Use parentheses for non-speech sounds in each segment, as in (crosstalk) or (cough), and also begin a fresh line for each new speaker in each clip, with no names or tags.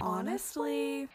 honestly.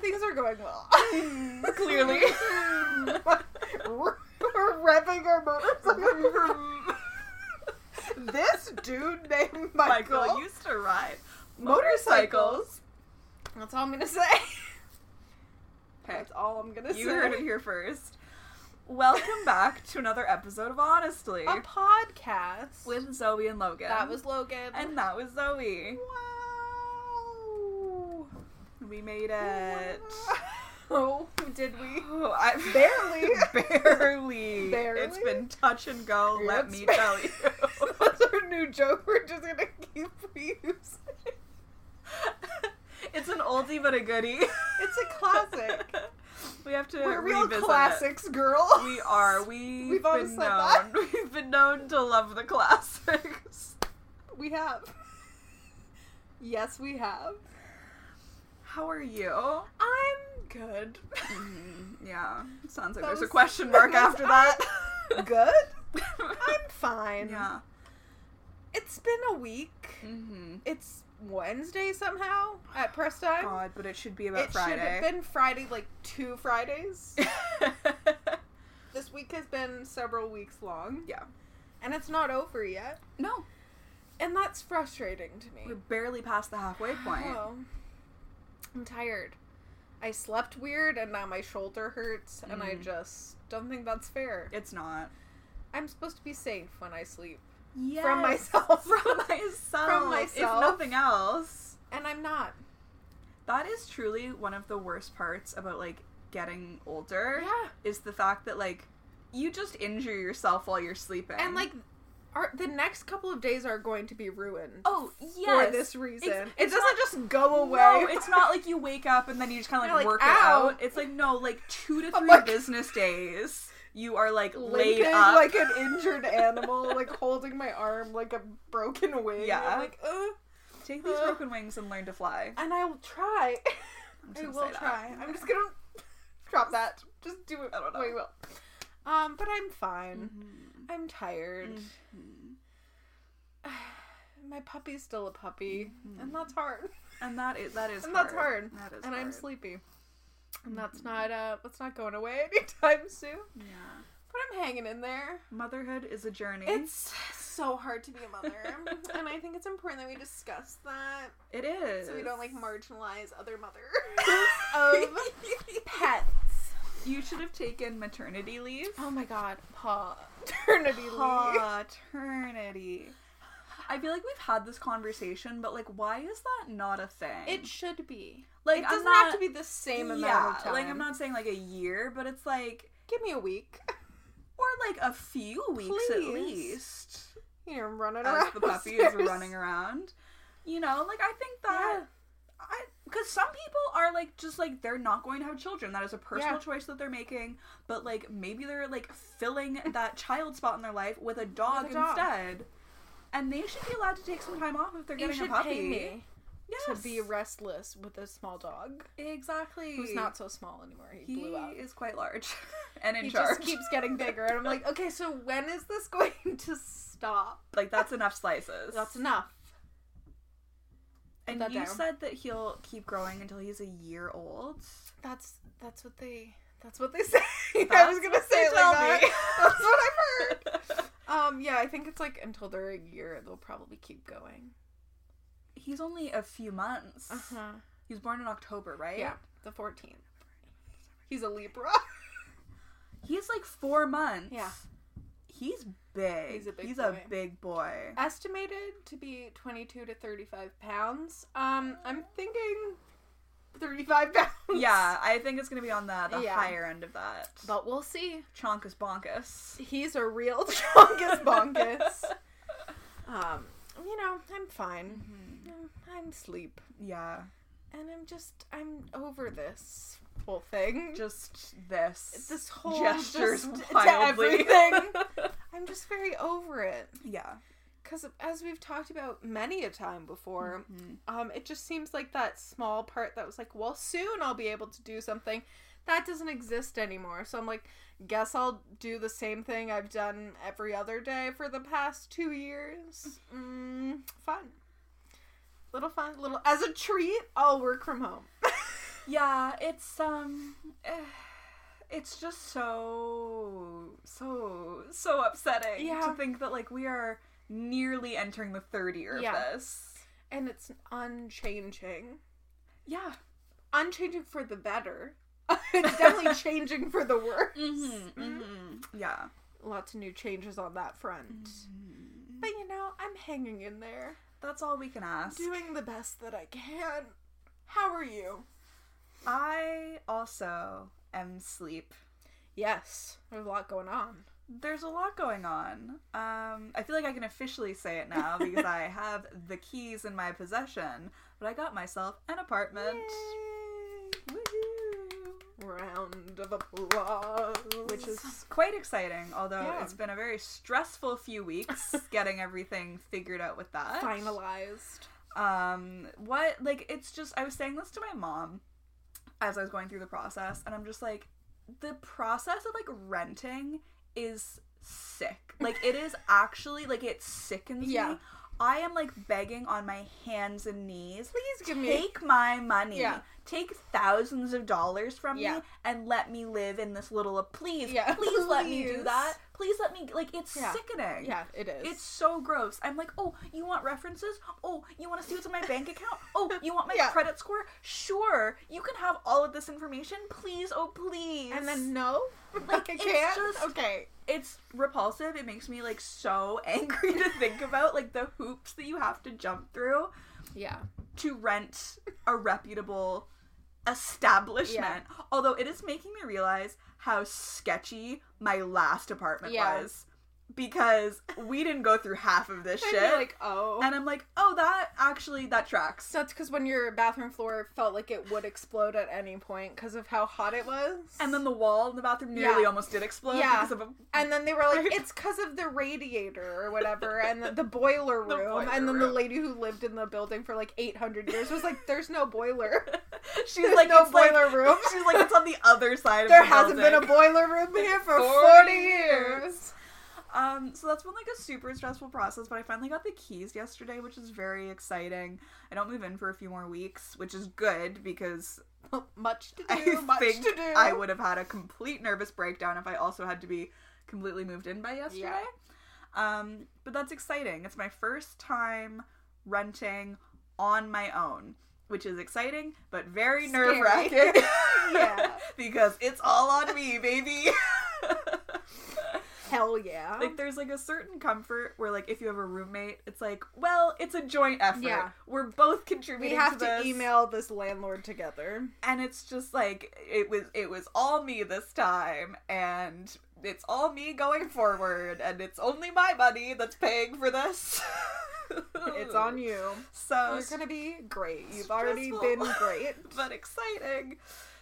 Things are going well.
(laughs) Clearly.
We're revving our motors. this dude named Michael.
Michael used to ride motorcycles.
Motorcycles. That's all I'm gonna say.
Okay,
That's all I'm gonna
you
say.
heard it here first.
(laughs)
Welcome back to another episode of Honestly
A podcast
with Zoe and Logan.
that was Logan.
and that was Zoe.
wow.
We made it.
Oh, (laughs) did we?
Oh, (laughs) I-
Barely.
(laughs) barely,
Barely.
It's been touch and go. Let
It's (laughs)
me
been-
tell you.
That's our new joke. We're just gonna keep reusing.
it's an oldie but a goodie.
It's a classic.
(laughs) we have to
We're real
revisit it.
classics, girl.
We (laughs) are. We
We've
have
always
been
said
known. (laughs)
that.
We've been known to love the classics.
(laughs) We have. Yes, we have.
How are you? Mm,
I'm good.
Yeah, sounds like
That
there's a
was-
question (laughs) mark
that was-
after that. (laughs)
(laughs) good? I'm fine.
yeah.
It's been a week.
Mm-hmm.
It's Wednesday somehow at press time.
God, but it should be about
it should
Oh, Friday.
have been Friday, like
(laughs)
two Fridays. this week has been several weeks long.
Yeah.
And it's not over yet.
no,
And that's frustrating to me.
we're barely past the halfway
(sighs)
point.
Oh. I'm tired. I slept weird and now my shoulder hurts, and I
Mhm.
just don't think that's fair.
It's not.
I'm supposed to be safe when I sleep
Yes.
from
(laughs)
myself,
From myself.
From myself.
If nothing else.
(laughs) and I'm not.
That is truly one of the worst parts about like getting older
Yeah,
is the fact that like you just injure yourself while you're sleeping.
and like, our, the next couple of days are going to be ruined
oh yes.
for this reason. it
it's
doesn't
not-
just go away.
No, it's
(laughs)
not like you wake up and then you just kind of
You're
like,
like,
work
"Ow." Oh
it out. It's like no, like two
(laughs)
to
I'm
three
like-
business days. You are like laid
limping
up.
like an injured animal, like holding my arm like a
(laughs)
broken wing.
Yeah.
I'm like, Ugh.
(laughs) take these
uh,
broken wings and learn to fly.
and I will try. (laughs)
I'm just
I
gonna
will
say that.
try. I'm just gonna (laughs) drop that. Just do it.
I don't know.
We will. Um, but I'm fine.
Mhm.
I'm tired.
Mm.
My puppy's still a puppy,
Mm-hmm.
and that's hard.
And that is that is
And
hard.
that's hard.
That is
and I'm
hard. Mm-hmm.
sleepy, and that's not uh, that's not going away (laughs) anytime soon.
Yeah.
But I'm hanging in there.
Motherhood is a journey.
It's so hard to be
(laughs)
a mother, and I think it's important that we discuss that
It is.
so we
(laughs)
don't like um. marginalize other mothers of (laughs) pets.
You should have taken maternity leave.
Oh my god, paternity leave.
Paternity. I feel like we've had this conversation, but like, why is that not a thing?
It should be.
like
it
I'm
doesn't
not,
have to be the same amount
yeah,
of time.
Like I'm not saying like a year, but it's like
Give me a week. (laughs)
or like a few weeks at
Please.
least.
You know, running
(laughs)
around.
As the puppy is running around, you know, like I think that
Yeah.
I because some people are like just like they're not going to have children. That is a personal
Yeah.
choice that they're making. But like maybe they're like filling that child spot in their life with a dog
With a dog.
instead. And they should be allowed to take some time off if they're
You
getting
should
a puppy.
pay me
Yes.
to be restless with a small dog
exactly.
who's not so small anymore. He,
He
blew up.
is quite large (laughs) and in
He
charge.
just keeps
(laughs)
getting bigger, and I'm like, okay, so when is this (laughs) going to stop?
like that's enough slices.
That's enough.
And
that
you
down.
said that he'll keep growing until he's a year old.
That's that's what they that's what they (laughs) say. I
That's
was gonna
what
say
they
it like
tell
that.
me.
(laughs) That's what I've
(laughs)
heard. Um, yeah, I think it's like until they're a year, they'll probably keep going.
he's only a few months.
huh.
He was born in October, right?
Uh-huh. Yeah, the 14th. He's a Libra. (laughs)
He's like four months.
Yeah.
He's big.
He's a big
He's
boy.
a big
(laughs)
boy.
Estimated to be 22 to 35 pounds. Um, I'm thinking 35 (laughs) pounds.
Yeah, I think it's gonna be on the, the
Yeah.
higher end of that.
But we'll see.
Chonkus bonkus.
He's a real (laughs) chonkus (laughs) bonkus. um, you know, I'm fine. I'm, I'm sleep.
(laughs) Yeah,
And I'm just, I'm over this whole thing.
just this.
this whole
gestures
just to
wildly.
everything. I'm just very over it.
(laughs) yeah.
Because as we've talked about many a time before,
Mhm.
um, it just seems like that small part that was like, well, soon I'll be able to do something. That doesn't exist anymore. So I'm like, guess I'll do the same thing I've done every other day for the past two years. Mm, fun. Little fun, little. As a treat, I'll work from home. (laughs)
Yeah, it's um eh, it's just so so so upsetting
Yeah.
to think that like we are nearly entering the third year
Yeah.
of this.
and it's unchanging.
Yeah.
Unchanging for the better. (laughs) it's definitely changing for the worse.
Mm-hmm. Yeah.
Lots of new changes on that front. But you know, I'm hanging in there,
That's all we can ask.
doing the best that I can. How are you?
I also am sleep.
Yes, there's a lot going on.
There's a lot going on. Um, I feel like I can officially say it now because I have the keys in my possession, but I got myself an apartment. Woohoo!
Round of applause.
which is quite exciting. Although
Yeah.
it's been a very stressful few
(laughs)
weeks getting everything figured out with that.
finalized.
Um, what like it's just I was saying this to my mom as I was going through the process, and I'm just like, the process of like renting is sick. Like it
(laughs)
is actually like it sickens
Yeah.
me. I am like begging on my hands and knees.
Please give me.
Take my money.
Yeah.
Take thousands of dollars from
Yeah.
me and let me live in this little. uh, Please,
Yeah.
please let me
Please.
do that. Please let me. Like it's
Yeah.
sickening.
Yeah, it is.
It's so gross. I'm like, oh, you want references? Oh, you want to see what's in my bank account? Oh, you want my
(laughs) Yeah.
credit score? Sure, you can have all of this information. Please, oh please.
and then no, like I
it's
can't.
just-
okay.
it's repulsive. It makes me like so (laughs) angry to think about like the hoops that you have to jump through.
Yeah.
to rent a reputable establishment. Although it is making me realize how sketchy my last apartment
Yeah.
was because we didn't go through half of
(laughs)
this
I'd
shit.
be like, oh.
and I'm like, oh, that actually that tracks.
So that's because when your bathroom floor felt like it would explode at any point because of how hot it was.
And then the wall in the bathroom nearly
Yeah.
almost did explode
Yeah.
because of
(laughs)
a
and then they were like,
Right.
it's because of the radiator or whatever, and the, the boiler
(laughs)
room.
The boiler
and then the
room.
lady who lived in the building for like 800 years was like, there's
(laughs)
no boiler.
she's
There's
like
no
it's like-
boiler room.
(laughs) She's like it's on the other side
There
of the
hasn't been a
building.
boiler
(laughs)
room here for 40,
40
years. (laughs)
Um, so that's been like a super stressful process, but I finally got the keys yesterday, which is very exciting. I don't move in for a few more weeks, which is good because
Much to do,
I (laughs)
much
think
to do.
I would have had a complete nervous breakdown if I also had to be completely moved in by yesterday. Um, but that's exciting. It's my first time renting on my own, which is exciting but very
Scary.
nerve wracking.
(laughs) Yeah.
(laughs) because it's all on me, baby. (laughs)
Hell yeah.
Like there's like a certain comfort where like if you have a roommate, it's like, well, it's a joint effort.
Yeah.
We're both
we
contributing
have
to,
to
this,
email this landlord together.
and it's just like it was it was all me this time and it's all me going forward and it's only my money that's paying for this.
(laughs) It's on you.
So
You're gonna be great. You've already been
Stressful. (laughs)
great.
but exciting.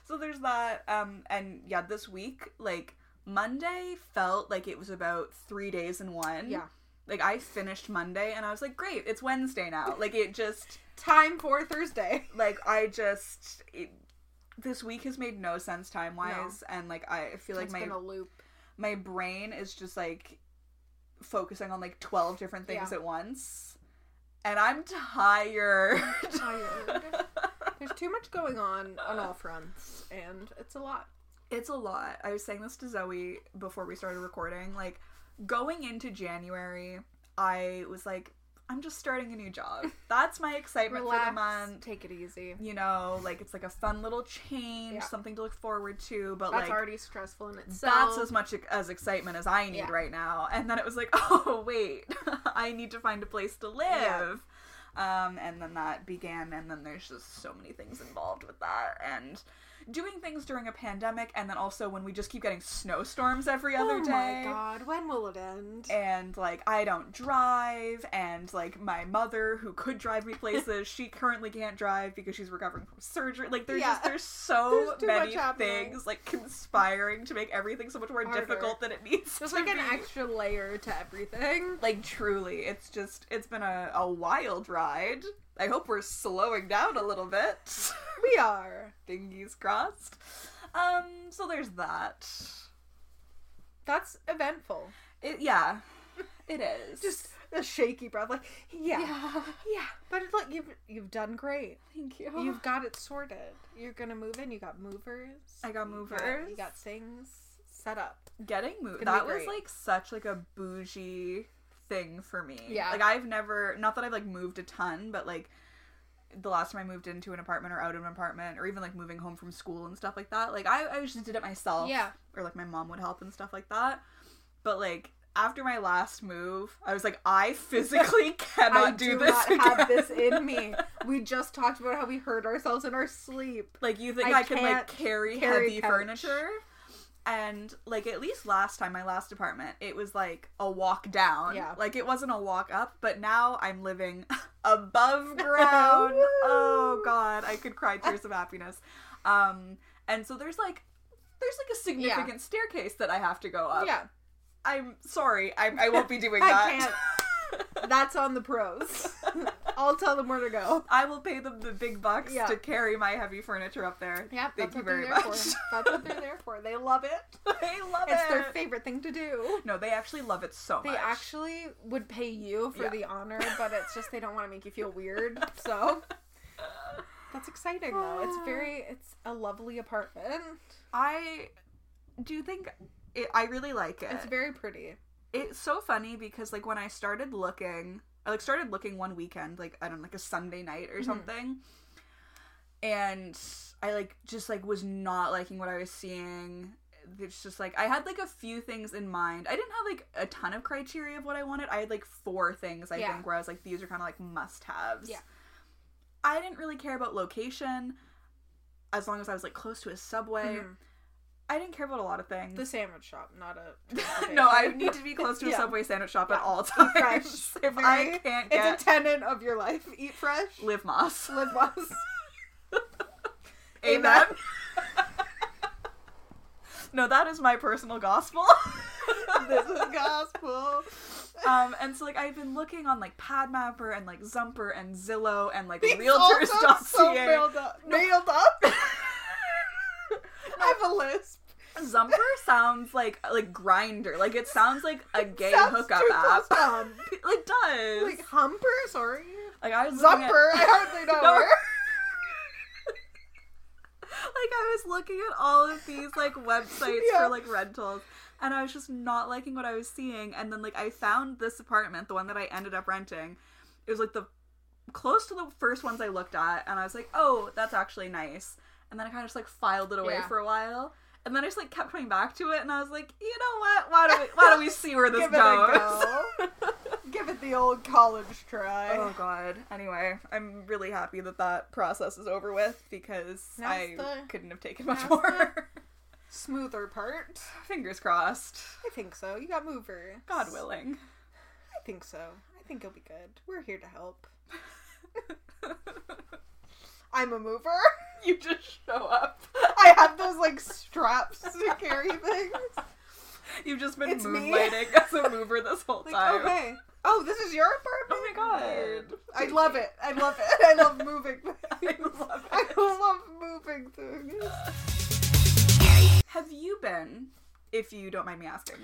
So there's that. Um, and yeah, this week, like Monday felt like it was about three days in one.
Yeah.
Like I finished Monday and I was like, great, it's Wednesday now. Like it just,
Time for Thursday.
like I just, it, this week has made no sense time wise, and like I feel like
It's
my
been a loop.
(laughs) my brain is just like focusing on like twelve different things
Yeah.
at once, and I'm tired. (laughs)
Tired. There's too much going on on all fronts, and it's a lot.
It's a lot. I was saying this to Zoe before we started recording. Like, going into January, I was like, I'm just starting a new job. That's my excitement
Relax,
for the month.
take it easy.
You know, like, it's like a fun little change,
Yeah.
something to look forward to, but
That's
like,
already stressful in itself.
that's as much ex- as excitement as I need (laughs)
Yeah.
right now. And then it was like, oh, wait, I need to find a place to live. Um, and then that began, and then there's just so many things involved with that. And doing things during a pandemic, and then also when we just keep getting snowstorms every other
oh
day.
my god, when will it end?
And like I don't drive, and like my mother who could drive me places, she currently can't drive because she's recovering from surgery. Like there's
Yeah.
just there's so
(laughs) There's too much
many
happening.
things like conspiring to make everything so much more
Harder.
difficult than it needs
There's
to
like
be.
an extra layer to everything.
like truly, it's just it's been a, a wild ride. I hope we're slowing down a little bit. (laughs)
We are.
Fingers crossed. Um, so there's that.
That's eventful.
It yeah, it is.
Just a shaky breath, like yeah, yeah.
yeah.
But it's like you've you've done great.
Thank you.
You've got it sorted. You're gonna move in. You got movers.
I got
You
movers.
You got things set up.
getting moved
gonna be
that was
great.
like such like a bougie thing for me
Yeah.
like i've never not that i've like moved a ton but like the last time i moved into an apartment or out of an apartment or even like moving home from school and stuff like that like i, I just did it myself
Yeah.
or like my mom would help and stuff like that but like after my last move i was like i physically cannot
(laughs) I
do,
do
this
not have
again.
this (laughs) in me. We just talked about how we hurt ourselves in our sleep.
Like you think
I
I, can like
can't
carry,
carry
heavy
couch.
furniture? And like at least last time, my last apartment, it was like a walk down.
Yeah.
Like it wasn't a walk up, but now I'm living (laughs)
(laughs)
above ground.
Woo!
oh god, I could cry tears of happiness. Um and so there's like there's like a significant staircase that I have to go up.
yeah,
I'm sorry, I, I won't be
(laughs)
doing
I
that.
can't. (laughs) That's on the (laughs) pros. I'll tell them where to go.
I will pay them the big bucks
Yeah.
to carry my heavy furniture up there. (laughs)
Yep,
Thank
that's
you
what they're
very
there
much.
For. That's what they're there for. They love it. (laughs)
I love
It's
it.
their favorite thing to do.
No, they actually love it so
They
much.
actually would pay you for
Yeah.
the honor, but it's just they don't want to make you feel (laughs) weird. So that's exciting though. It's very it's a lovely apartment.
I do think it, I really like it.
It's
It's,
very pretty.
so funny because like when I started looking, I like started looking one weekend, like I don't know, like a Sunday night or
Mhm.
something, and I like just like was not liking what I was seeing. It's just like I had like a few things in mind. I didn't have like a ton of criteria of what I wanted. I had like four things I
Yeah.
think where I was like these are kind of like must haves.
Yeah.
I didn't really care about location as long as I was like close to a subway.
Mhm.
I didn't care about a lot of things. (laughs)
The sandwich shop, not (laughs) a
no, I need
(laughs)
to be close to a
Yeah.
Subway sandwich shop at
Yeah.
all
Eat
times. (laughs)
fresh.
if
Very-
I can't get
It's a tenet of your life. Eat fresh.
Live Moss,
Live boss.
(laughs) amen.
Amen.
(laughs) no, that is my personal gospel.
(laughs) (laughs) this is gospel.
(laughs) um, and so like I've been looking on like PadMapper and like Zumper and Zillow and like
These
Realtors.ca.
also so nailed up. Nailed (laughs) up. I have a lisp.
(laughs) Zumper sounds like like grinder, like it sounds like a gay
Sounds
hookup
too
app.
close to hum.
(laughs) It does.
Like
Like,
humper, sorry.
I was looking at-
Zumper, I (laughs) hardly know
No.
her.
like I was looking at all of these like websites
Yeah.
for like rentals and I was just not liking what I was seeing and then like I found this apartment, the one that I ended up renting. It was like the close to the first ones I looked at and I was like, "Oh, that's actually nice." And then I kind of just like filed it away
Yeah.
for a while. And then I just like kept coming back to it and I was like, "You know what? Why don't we why don't we see where this
Give it
goes?" (laughs)
a go. Give it the old college try.
Oh god. Anyway, I'm really happy that that process is over with because
Now's
I
the-
couldn't have taken much
now's
more.
Smoother part.
(laughs) Fingers crossed.
I think so. You got movers.
God willing. (laughs)
I think so. I think it'll be good. We're here to (laughs) help. I'm a mover.
You just show
(laughs)
up.
I have those like straps to carry things.
You've just been
It's me.
moonlighting as a mover this whole
(laughs) Like,
time.
okay. Oh, this is your apartment?
Oh my god.
Weird. I love it. I love it. (laughs) I love moving
I
things.
love
I
it.
love moving things.
Have you been, if you don't mind me asking,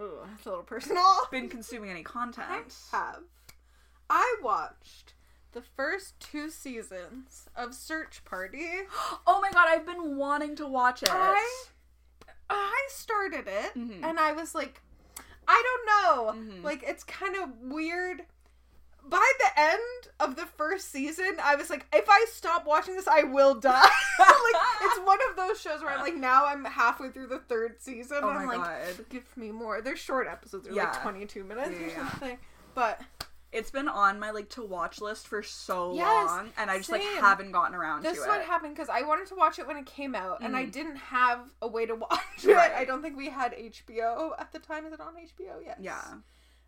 Ooh, that's a little personal.
been consuming any
I
content?
have. I watched the first two seasons of Search Party.
(gasps) Oh my god, I've been wanting to watch it.
I I started it
Mhm.
and I was like, I don't know.
Mhm.
Like it's kind of weird. By the end of the first season, I was like, if I stop watching this, I will die. (laughs) like it's one of those shows where I'm like, now I'm halfway through the third season.
Oh
and
my
I'm like,
god.
give me more. They're short episodes, they're
Yeah.
like 22 minutes
Yeah,
or
yeah, yeah.
something. But
It's been on my like to watch list for so
Yes,
long, and I just like
same.
haven't gotten around
This
to
is
it.
what happened because I wanted to watch it when it came out, and I
Mm.
didn't have a way to (laughs) watch it.
Right.
I don't think we had HBO at the time. Is it on HBO? Yes.
yeah,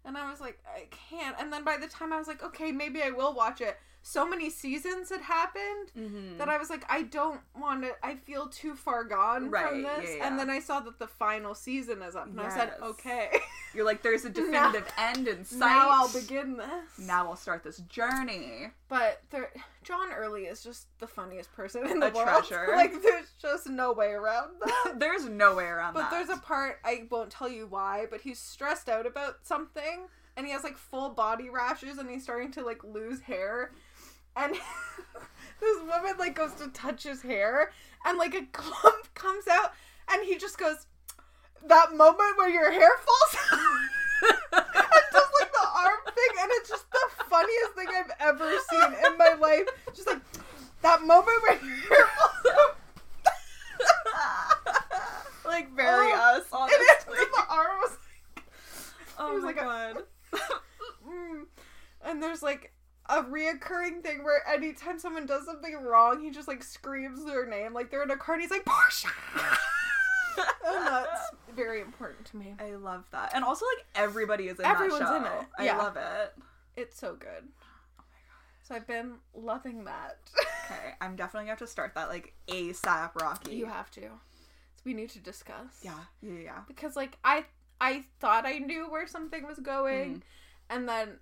And I was like, I can't. And then by the time I was like, okay, maybe I will watch it. So many seasons had happened
mm-hmm.
that I was like, I don't want to. I feel too far gone
Right,
from
yeah,
this.
yeah.
And then I saw that the final season is up, and I said,
Yes.
okay, (laughs)
you're like there's a definitive end in sight.
now I'll begin this.
Now I'll start this journey.
But there, John Early is just the funniest person in
A
the world.
treasure.
(laughs) Like, there's just no way around that.
there's no way around that.
But there's a part I won't tell you why, but he's stressed out about something, and he has like full body rashes, and he's starting to like lose hair, and (laughs) this woman like goes to touch his hair, and like a clump (laughs) comes out, and he just goes, "That moment where your hair falls." (laughs) out," (laughs) and does like the arm thing, and it's just the funniest thing I've ever seen in my life. Just like that moment where your hair falls out.
like very
Oh,
us,
And it's
honestly.
the arm was
(laughs) oh
it was
my
like a-
god.
mm. and there's like a reoccurring thing where anytime someone does something wrong, he just like screams their name, like they're in a car, and he's like Portia. (laughs) and that's very important to me.
I love that. And also like everybody is in
Everyone's
that show.
in it,
I
yeah.
love it.
It's so good. Oh So I've been loving that.
Okay, I'm definitely gonna have to start that like ASAP Rocky.
(laughs) you have to. we need to discuss.
Yeah, yeah, yeah, yeah.
because like I I thought I knew where something was going, and then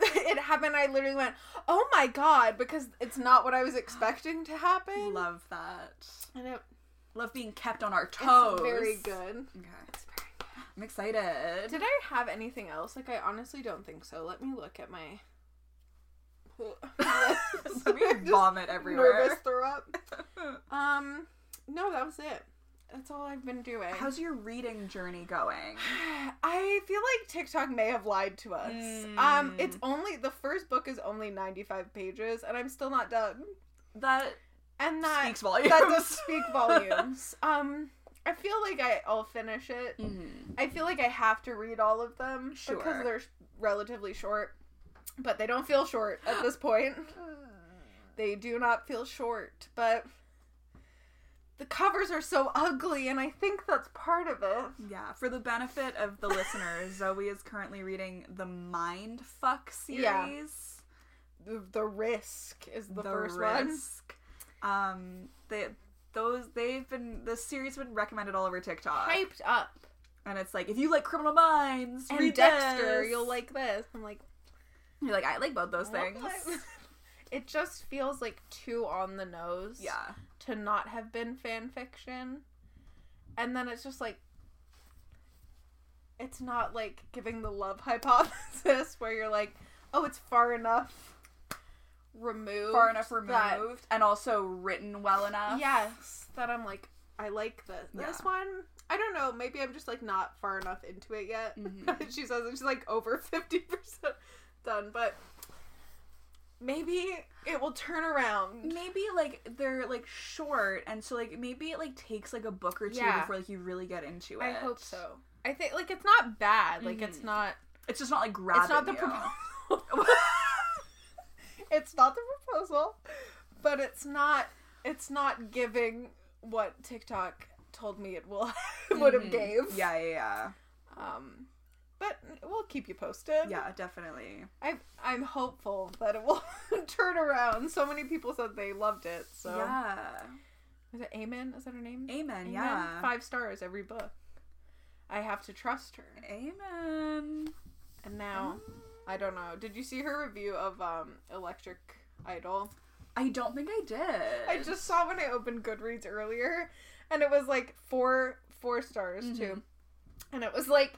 (laughs) it happened. I literally went, "Oh my god!" Because it's not what I was expecting to happen.
Love that.
and it,
Love being kept on our
it's
toes.
very good.
Okay,
It's very
I'm excited. (laughs)
good. (laughs) Did I have anything else? Like I honestly don't think so. Let me look at (laughs) my.
Let
(laughs)
me vomit
Nervous
everywhere.
throw up.
(laughs)
Um, no, that was it. That's all I've been doing.
How's your reading journey going?
(sighs) I feel like TikTok may have lied to us. Um,
Mm.
it's only the first book is only ninety five pages, and I'm still not done.
That
And that
speaks volumes.
that does speak (laughs) volumes. um, I feel like I, I'll finish it.
Mhm.
I feel like I have to read all of them
Sure.
because they're relatively short, but they don't feel short at this (sighs) point. They do not feel short, but the covers are so ugly, and I think that's part of it.
Yeah, for the benefit of the listeners, Zoe is currently reading the Mind Fuck series.
Yeah. The, the risk is the, first one.
one. Um, they those they've been this series been recommended all over TikTok,
hyped up.
and it's like if you like Criminal Minds
And
read
Dexter,
this.
you'll like this. I'm like
You're like I like both those
what?
things.
(laughs) It just feels like too on the nose. (laughs)
Yeah,
To not have been fan fiction, and then it's just like. It's not like giving the love (laughs) hypothesis where you're like, oh, it's far enough removed.
far enough removed,
that-
and also written well enough.
yes. That I'm like, I like this. This
Yeah.
one, I don't know. Maybe I'm just like not far enough into it yet.
Mhm.
(laughs) she says it's like over (laughs) 50% done, but maybe it will turn around.
Maybe like they're like short, and so like maybe it like takes like a book or two
Yeah.
before like you really get into it.
I hope so. I think like it's not bad. Like it's
Mhm.
not
It's just not like grabbing.
it's not the
you. (laughs)
proposal. (laughs) it's not the proposal, but it's not it's not giving what TikTok told me it will (laughs) would have
Mhm.
gave.
Yeah, yeah, yeah.
Um but we'll keep you posted.
Yeah, definitely.
I I'm hopeful that it will (laughs) turn around. So many people said they loved it. So
Yeah.
Is it Amen? Is that her name?
Amen,
Amen.
yeah.
Five stars every book. I have to trust her.
Amen.
And now, I don't know. Did you see her review of um Electric Idol?
I don't think I did.
I just saw when I opened Goodreads earlier, and it was like four four stars too,
Mm-hmm.
and it was like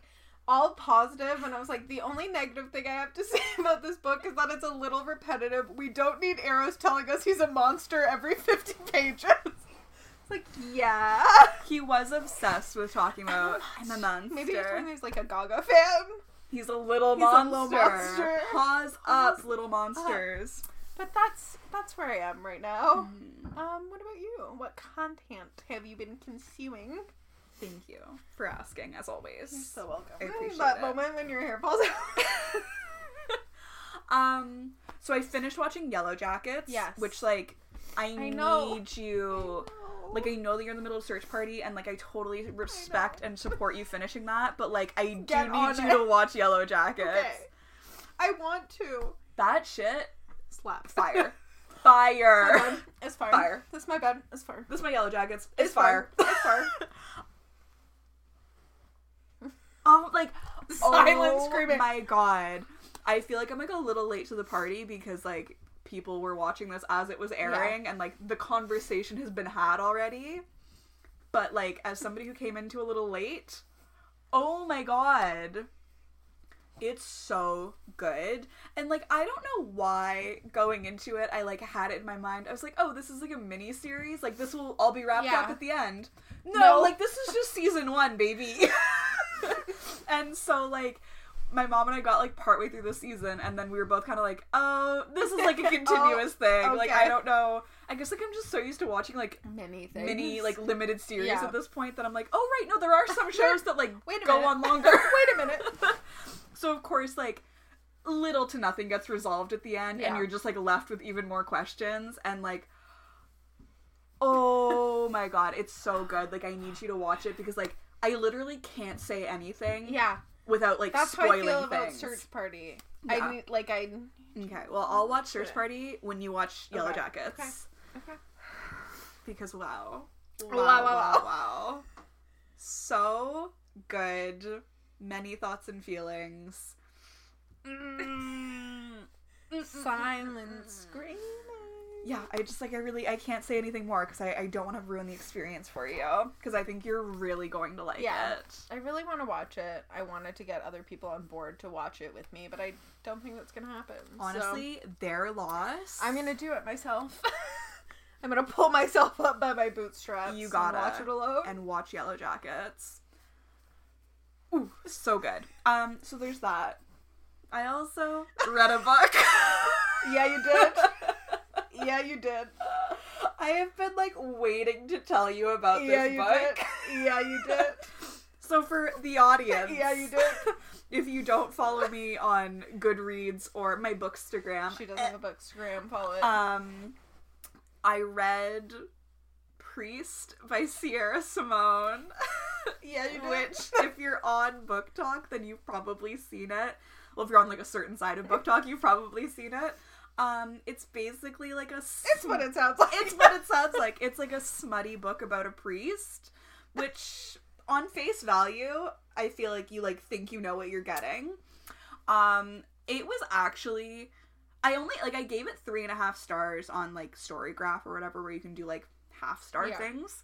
all positive, and I was like, the only negative thing I have to (laughs) say about this book is that it's a little repetitive. We don't need arrows telling us he's a monster every fifty (laughs) pages. it's like (laughs) yeah.
He was obsessed with talking about Oh, I'm a monster.
Maybe you're telling me he's like a Gaga fan.
he's a little
He's a
monster.
little monster.
Pause
Pause
up, little monsters. Mm,
But that's that's where I am right now. Um, what about you? What content have you been consuming?
Thank you for asking, as always.
You're so welcome.
I appreciate
that
it.
(laughs) moment when your hair falls out.
(laughs) Um, so I finished watching Yellow Jackets.
Yes.
Which like I,
know.
need you. Like I know that you're in the middle of search party, and like I totally respect and support you finishing that, but like I do
Get on
need you to watch Yellow Jackets.
okay. I want to
That
(laughs)
shit,
slap
fire,
My
fire.
bad. It's fire.
Fire.
That's my bad. It's fire.
this is my Yellow Jackets. It's,
It's
fire.
fire.
(laughs)
It's (laughs) fire.
Oh, like
Silent
oh
screaming.
My God, I feel like I'm like a little late to the party because like people were watching this as it was airing, and like the conversation has been had already. But like, as somebody who came into a little late, oh my God, it's so good. And like, I don't know why going into it, I like had it in my mind. I was like, oh, this is like a mini series. Like this will all be wrapped up
Yeah.
at the end. No,
No.
like this is just season one, baby. (laughs) and so like my mom and I got like partway through the season and then we were both kind of like, "Oh, this is like a
(laughs) Oh,
continuous thing." Like I
okay.
don't know. I guess like I'm just so used to watching like
Many things.
mini like limited series
Yeah.
at this point that I'm like, "Oh right, no, there are
(laughs)
some shows that like
Wait a
go
minute. (laughs)
on longer."
Wait a minute. (laughs)
so of course like little to nothing gets resolved at the end and
Yeah.
you're just like left with even more questions and like oh (laughs) my god it's so good like i need you to watch it because like i literally can't say anything
Yeah.
without like
That's how I
spoiling
feel about
things
search party.
Yeah.
I need like (laughs) I
okay well i'll watch search
Okay.
party when you watch yellow
Okay.
jackets
Okay. Okay.
because wow wow
Wow,
wow
wow,
wow, wow. so good many thoughts and feelings
silent screaming.
yeah i just like i really i can't say anything more because I, I don't want to ruin the experience for you because i think you're really going to like
Yeah.
it
I really want to watch it. I wanted to get other people on board to watch it with me, but I don't think that's gonna happen. so-
honestly their loss
I'm gonna do it myself. (laughs) I'm gonna pull myself up by my bootstraps.
You gotta.
and watch it alone.
and watch yellow jackets Ooh, so good um so there's that i
(laughs)
also read a book (laughs)
yeah, you did. Yeah, you did.
i have been like waiting to tell you about this
Yeah, you
book
did. Yeah, you
(laughs)
did.
so for the audience
(laughs) Yeah, you did.
if you don't follow me on goodreads or my bookstagram
She doesn't have a bookstagram. Follow it.
Um, I read Priest by Sierra Simone,
yeah, (laughs) you did.
which,
(laughs)
if you're on Book Talk, then you've probably seen it. Well, if you're on like a certain side of Book Talk, you've probably seen it. Um, it's basically like a.
it's what it sounds like.
it's what it sounds like. It's like a smutty book about a priest, which on face value, I feel like you like think you know what you're getting. Um, it was actually I only like I gave it three and a half stars on like Storygraph or whatever where you can do like half star
Yeah.
things.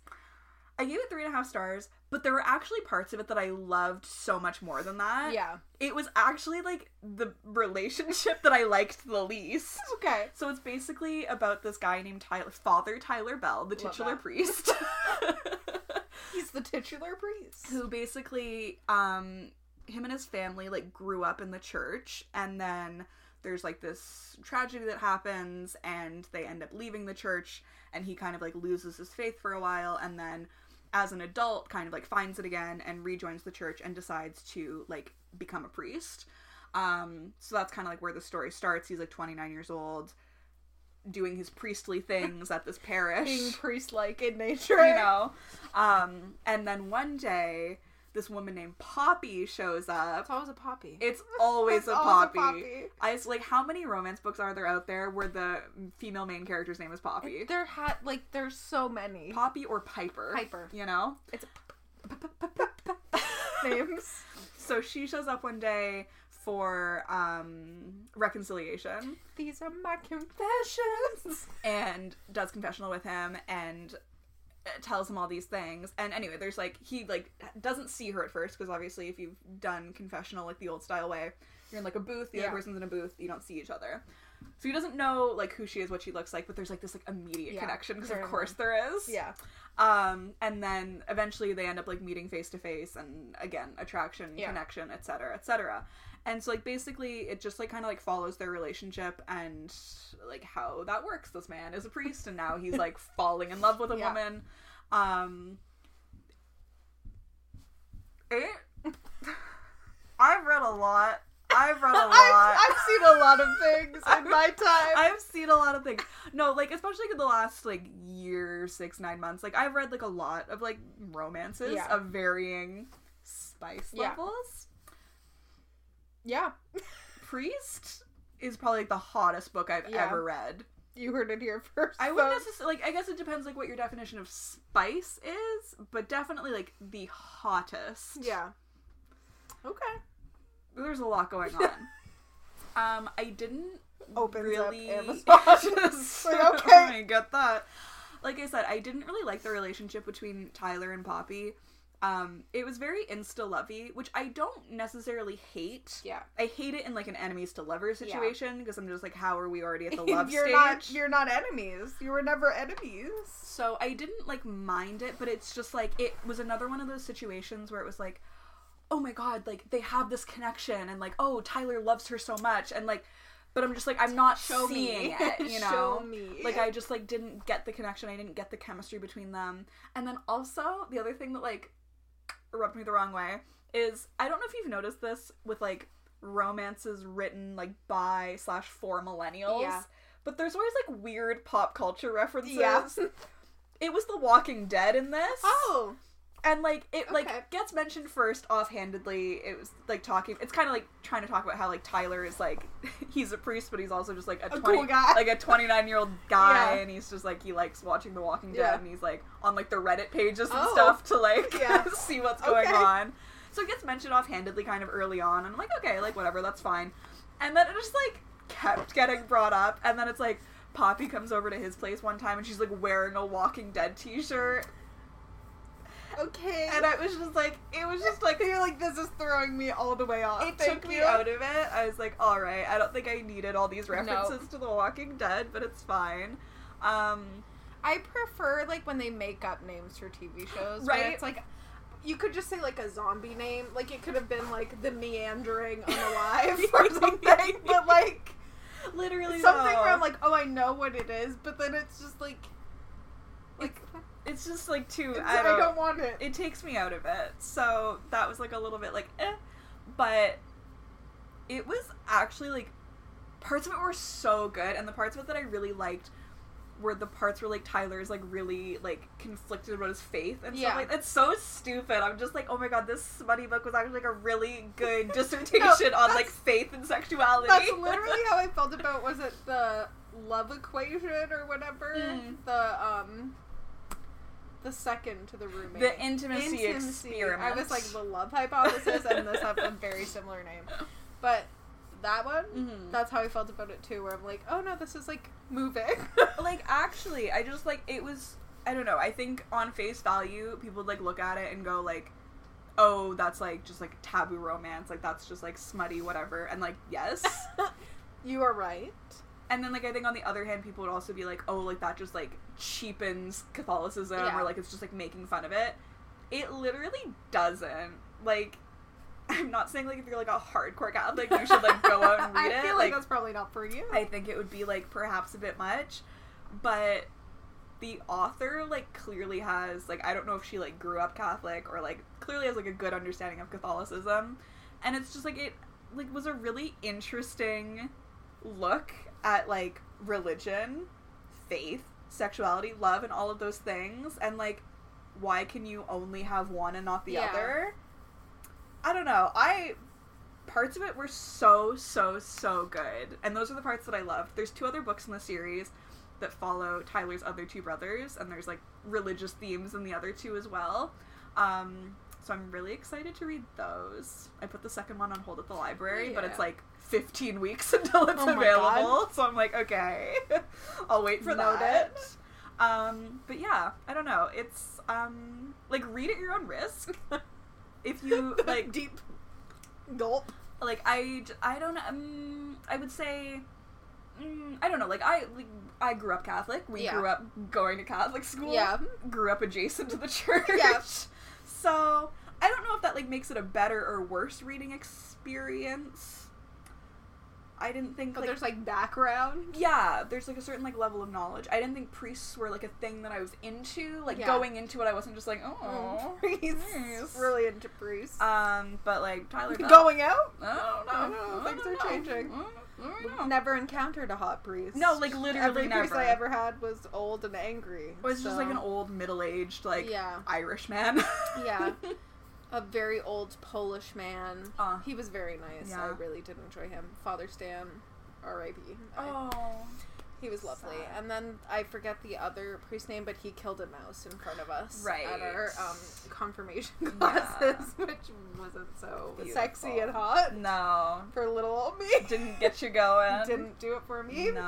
I gave it three and a half stars, but there were actually parts of it that I loved so much more than that.
(laughs) yeah.
It was actually like the relationship that I liked the least. (laughs)
Okay.
So it's basically about this guy named Tyler, Father Tyler Bell, the
Love
titular
that.
priest, (laughs)
He's the titular priest.
who basically, um, him and his family like grew up in the church, and then there's like this tragedy that happens, and they end up leaving the church, and he kind of like loses his faith for a while, and then as an adult kind of like finds it again and rejoins the church and decides to like become a priest. Um, so that's kind of like where the story starts. He's like 29 years old, doing his priestly things at this parish,
Being
you
priest like in nature.
know. Um, and then one day, this woman named Poppy shows up.
It's always a poppy.
(laughs) It's always,
It's
a,
always
poppy. I was like, how many romance books are there out there where the female main character's name is Poppy?
There had like there's so (laughs) many
Poppy or Piper?
Piper.
You know?
It's names.
So she shows up one day for um, reconciliation
These are my confessions.
and does confessional with him and uh, tells him all these things. And anyway, there's like he like doesn't see her at first because obviously if you've done confessional like the old style way, you're in like a booth, the
Yeah.
other person's in a booth, you don't see each other. So he doesn't know like who she is, what she looks like, but there's like this like immediate
Yeah,
connection because of
very
course there is.
Yeah.
um and then eventually they end up like meeting face to face and again attraction
Yeah.
connection etc cetera, etc cetera. and so like basically it just like kind of like follows their relationship and like how that works this man is a priest and now he's
(laughs)
like falling in love with a
Yeah.
woman um (laughs) it i've read a lot I've read a lot.
(laughs) I've, I've seen a lot of things (laughs)
I've-
in my time.
I've seen a lot of things. No, like especially in the last like year, six, nine months. Like I've read like a lot of like romances
Yeah.
of varying spice
Yeah.
levels.
yeah,
Priest is probably like the hottest book I've
Yeah.
ever read.
you heard it here first.
I wouldn't
folks.
necessarily like. I guess it depends like what your definition of spice is, but definitely like the hottest.
Yeah. Okay.
there's a lot going on. um, I didn't
Opens
really (laughs)
up Amazon.
just
(laughs) Like,
okay.
okay.
get that. Like I said, I didn't really like the relationship between Tyler and Poppy. Um, it was very insta lovey, which I don't necessarily hate.
(laughs) yeah.
I hate it in like an enemies to lovers
Yeah.
situation because I'm just like, how are we already at
(laughs)
the love
you're
stage?
not you're not enemies. You were never enemies.
So I didn't like mind it, but it's just like it was another one of those situations where it was like, oh my god, like they have this connection, and like oh Tyler loves her so much, and like, but I'm just like I'm not seeing
(laughs)
it, you
Show
know.
me.
Like I just like didn't get the connection. I didn't get the chemistry between them. And then also the other thing that like rubbed me the wrong way is I don't know if you've noticed this with like romances written like by slash for millennials.
Yeah.
But there's always like weird pop culture references.
Yeah. (laughs)
It was The Walking Dead in this.
Oh.
And like it
Okay.
like gets mentioned first offhandedly. It was like talking it's kinda like trying to talk about how like Tyler is like (laughs) he's a priest but he's also just like a,
A
20
cool guy.
like a twenty nine year
(laughs)
old guy
Yeah.
and he's just like he likes watching The Walking Dead
Yeah.
and he's like on like the Reddit pages and
Oh.
stuff to like
Yeah.
(laughs) see what's going
Okay.
on. So it gets mentioned offhandedly kind of early on and I'm like, okay, like whatever, that's fine. And then it just like kept getting brought up and then it's like Poppy comes over to his place one time and she's like wearing a Walking Dead t shirt
okay.
and I was just like it was just like
you're like this is throwing me all the way off.
it
Thank
took me
you.
out of it. I was like, all right, I don't think I needed all these references to The Walking Dead, but it's fine. Um,
I prefer like when they make up names for TV shows. Right.
Right.
it's like you could just say like a zombie name. Like it could have been like the meandering unalive or something. But like
literally
something
though,
where I'm like, oh, I know what it is, but then it's just like, like
it's just like too.
it's-
I don't,
want it.
It takes me out of it. So that was like a little bit like, eh. but it was actually like parts of it were so good, and the parts of it that I really liked were the parts where like Tyler is like really like conflicted about his faith and stuff
Yeah.
like that's so stupid. I'm just like, oh my god, this smutty book was actually like a really
(laughs)
good dissertation on
that's-
like faith and sexuality.
That's literally
(laughs)
how I felt about was it the love equation or whatever
Mm.
the um the second to the roommate
the intimacy,
Intimacy.
experiment.
I was like the love hypothesis, and this
(laughs)
have a very similar name, (laughs) but that one.
Mhm.
That's how I felt about it too, where I'm like, oh no, this is like moving.
(laughs) like actually i just like it was i don't know i think on face value people would like look at it and go like oh that's like just like taboo romance like that's just like smutty whatever and like
(laughs)
yes
you are right.
and then like i think on the other hand people would also be like oh like that just like cheapens catholicism
Yeah.
or like it's just like making fun of it it literally doesn't like (laughs) i'm not saying like if you're like a hardcore catholic you should like go out and read
(laughs) I
it
feel like, that's probably not for you.
I think it would be like perhaps a bit much, but the author like clearly has like I don't know if she like grew up Catholic or like clearly has like a good understanding of Catholicism, and it's just like it like was a really interesting look at like religion, faith, sexuality, love, and all of those things, and like why can you only have one and not the
Yeah.
other? I don't know. I parts of it were so so so good and those are the parts that i loved there's two other books in the series that follow tyler's other two brothers and there's like religious themes in the other two as well um, so i'm really excited to read those i put the second one on hold at the library but it's
Yeah.
like 15 weeks (laughs) until it's
Oh my
available so i'm like okay (laughs) i'll wait for
Note
that um, but yeah i don't know it's um, like read at your own risk (laughs) if
(laughs)
you like
deep gulp.
like I, j- I don't um, I would say mm, I don't know like I like, I grew up Catholic we
Yeah.
grew up going to Catholic school
Yeah.
grew up adjacent to the church
Yeah.
(laughs) so I don't know if that like makes it a better or worse reading experience I didn't think
But
like
there's like background.
yeah, there's like a certain like level of knowledge. I didn't think priests were like a thing that I was into. Like
Yeah. Mm-hmm.
going into it, I wasn't just like oh.
(laughs) He's
Yes.
really into priests.
Um, but like Tyler Bell,
Going out?
I
(laughs) I
don't
know,
know.
things
I don't
are
know.
changing.
I don't know.
Never encountered a hot priest.
No, like, literally
Every priest
never.
I ever had was old and angry.
Or it's just
so-
like an old middle aged like
yeah,
Irish man.
(laughs)
(laughs)
Yeah. a very old Polish man.
Uh.
he was very nice. I
Yeah.
really did enjoy him. Father Stan, R.I.P. I-
oh.
He was lovely.
Sad.
And then I forget the other priest's name, but he killed a mouse in front of us
Right.
at our um, confirmation (laughs)
Yeah.
classes, (laughs) which wasn't so sexy
Beautiful.
and hot
No.
for little old me.
Didn't get you going.
Didn't do it for me. No,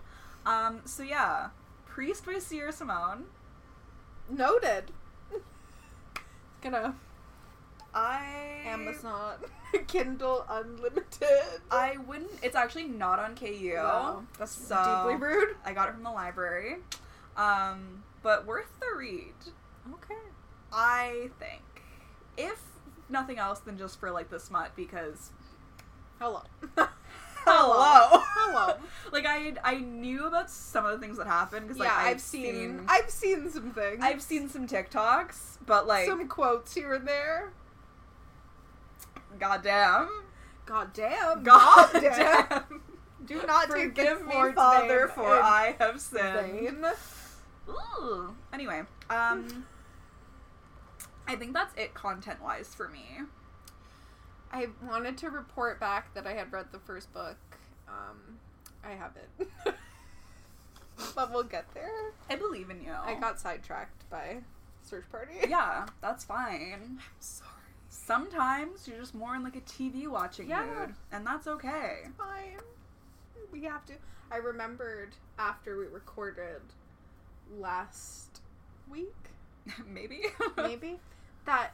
Um, No. Um, so yeah. Priest by Sierra Simone.
Noted. (laughs) Gonna
I
Amazon (laughs) Kindle Unlimited.
I wouldn't it's actually not on KU.
Wow,
That's
Deeply rude.
I got it from the library. Um, but worth the read,
Okay.
I think. If nothing else than just for like the smut
(laughs)
because
Hello.
(laughs) Hello.
Hello.
(laughs) like I I knew about some of the things that happened because like
yeah,
I've,
I've, seen, I've seen some things.
I've seen some TikToks, but like
some quotes here and there.
goddamn,
God
(laughs)
damn.
goddamn,
Do not take this
forgive me,
Lord's
Father,
name
for
in
I have sinned.
vain.
Ooh. Anyway,
(laughs)
um, I think that's it content wise for me.
I wanted to report back that I had read the first book. Um, I haven't. (laughs) but we'll get there.
I believe in you.
I got sidetracked by Search Party.
(laughs) yeah, that's fine.
I'm (laughs) sorry.
Sometimes you're just more in like a TV watching
Yeah.
mood, and that's okay. (laughs)
Fine. We have to. I remembered after we recorded last
(laughs)
week.
Maybe.
maybe that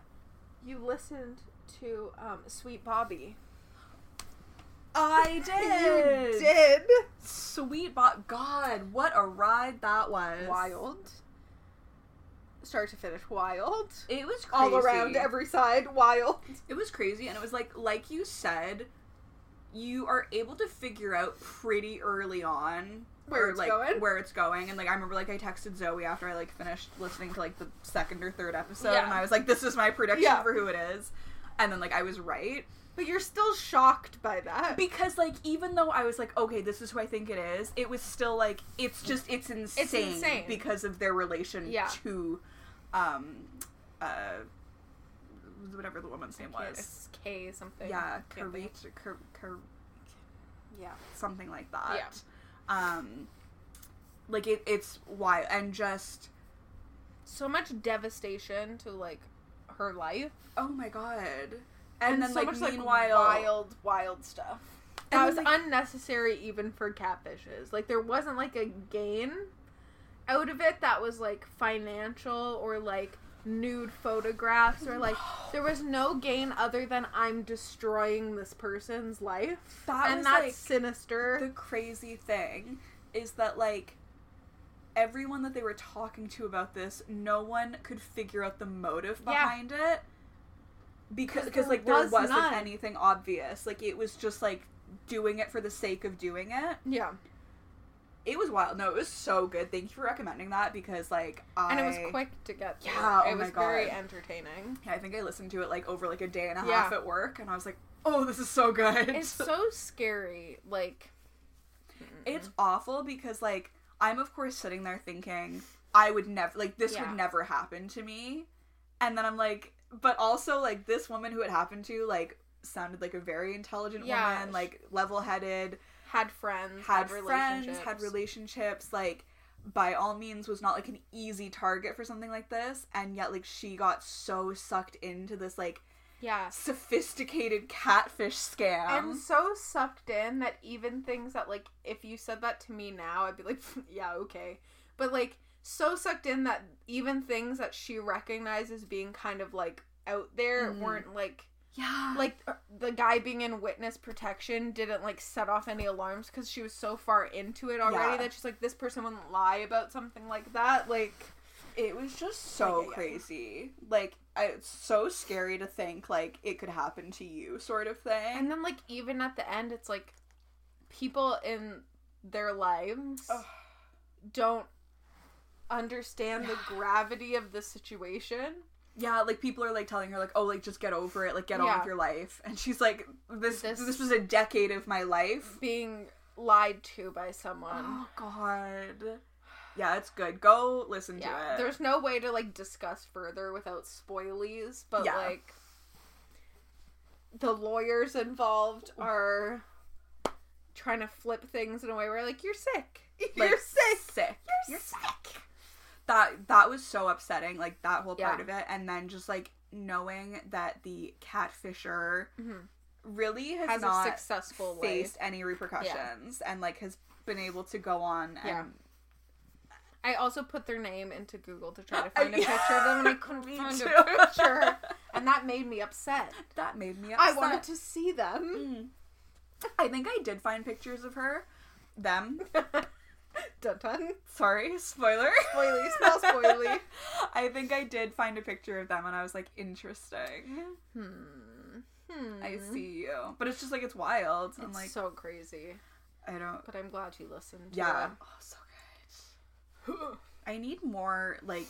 you listened to um, Sweet Bobby.
(laughs) I
(laughs) You did.
Sweet bot God, what a ride that was.
Wild. Start to finish, wild.
It was crazy.
All around, every side, wild.
It was crazy and it was like like you said, you are able to figure out pretty early on
Where it's
like
going.
where it's going and like I remember like I texted Zoe after I like finished listening to like the second or third episode
Yeah.
and I was like this is my prediction
Yeah.
for who it is. And then like I was right
But you're still shocked by that.
because like even though I was like okay this is who I think it is it was still like it's just it's insane,
insane.
because of their relation
Yeah.
to um uh whatever the woman's name was
It's K something.
yeah
Can't think.
Karich, Kar, Kar,
Yeah.
something like that um like it, it's wild and just
So much devastation to like her life,
oh my god and, then
so
like
much
meanwhile
like, wild, wild stuff.
And then,
That was
like-
unnecessary even for catfishes. Like there wasn't like a gain out of it that was like financial or like nude photographs or like there was no gain other than I'm destroying this person's life.
That
and
was,
that's
like,
sinister.
the crazy thing is that like everyone that they were talking to about this no one could figure out the motive
Yeah.
behind it because
'Cause
because
there
like there
was
wasn't
none.
anything obvious like it was just like doing it for the sake of doing it
yeah.
it was wild no it was so good thank you for recommending that because like i
And it was quick to get through.
Yeah,
it
oh
was
my God.
very entertaining.
Yeah, I think I listened to it like over like a day and a
Yeah.
half at work, and I was like, "Oh, this is so good."
It's so scary. Like
(laughs) It's awful because like I'm of course sitting there thinking I would never like this
Yeah.
would never happen to me, and then I'm like, but also like this woman who it happened to like sounded like a very intelligent
Yeah,
woman,
sh-
like level headed,
had friends,
had,
had,
friends,
relationships.
had relationships, like by all means was not like an easy target for something like this, and yet like she got so sucked into this like
yeah.
sophisticated catfish scam.
I'm so sucked in that even things that like if you said that to me now, I'd be like, (laughs) yeah, okay. But like so sucked in that even things that she recognizes being kind of like out there
Mhm.
weren't like
yeah,
like uh, the guy being in witness protection didn't like set off any alarms because she was so far into it already
Yeah.
that she's like this person wouldn't lie about something like that like
it was just so
yeah, yeah.
crazy. Like I, it's so scary to think like it could happen to you, sort of thing.
and then like even at the end it's like people in their lives
Ugh.
don't understand the gravity of the situation.
Yeah, like people are like telling her like, "Oh, like just get over it, like get on
Yeah.
with your life." And she's like, "This this,
This-
was a decade of my life."
Being lied to
(gasps)
by someone.
Oh god. Yeah, it's good. Go listen
yeah.
to it.
There's no way to like discuss further without spoilies, but
Yeah.
like the lawyers involved are trying to flip things in a way where like you're sick.
(laughs) Like,
you're sick.
Sick.
You're
sick. That that was so upsetting, like that whole part
Yeah.
of it and then just like knowing that the catfisher
Mhm.
really has,
Has
not
a successful way.
faced any repercussions and like has been able to go on and
Yeah. I also put their name into Google to try to
I-
find a picture of
(laughs)
them, and I couldn't
Uh, Me
find
too.
a picture,
(laughs)
and that made me upset.
that made me upset.
I wanted to see them.
Mm. I think I did find pictures of her. Them. (laughs)
Dun dun.
Sorry,
(laughs)
spoiler.
Spoily, smell spoily.
(laughs) I think I did find a picture of them and I was like, interesting.
Hmm. Hmm.
I see you. But it's just like, it's wild. I'm
It's
like,
so crazy,
I don't.
but I'm glad you listened.
Yeah. Oh, so (gasps) good. I need more like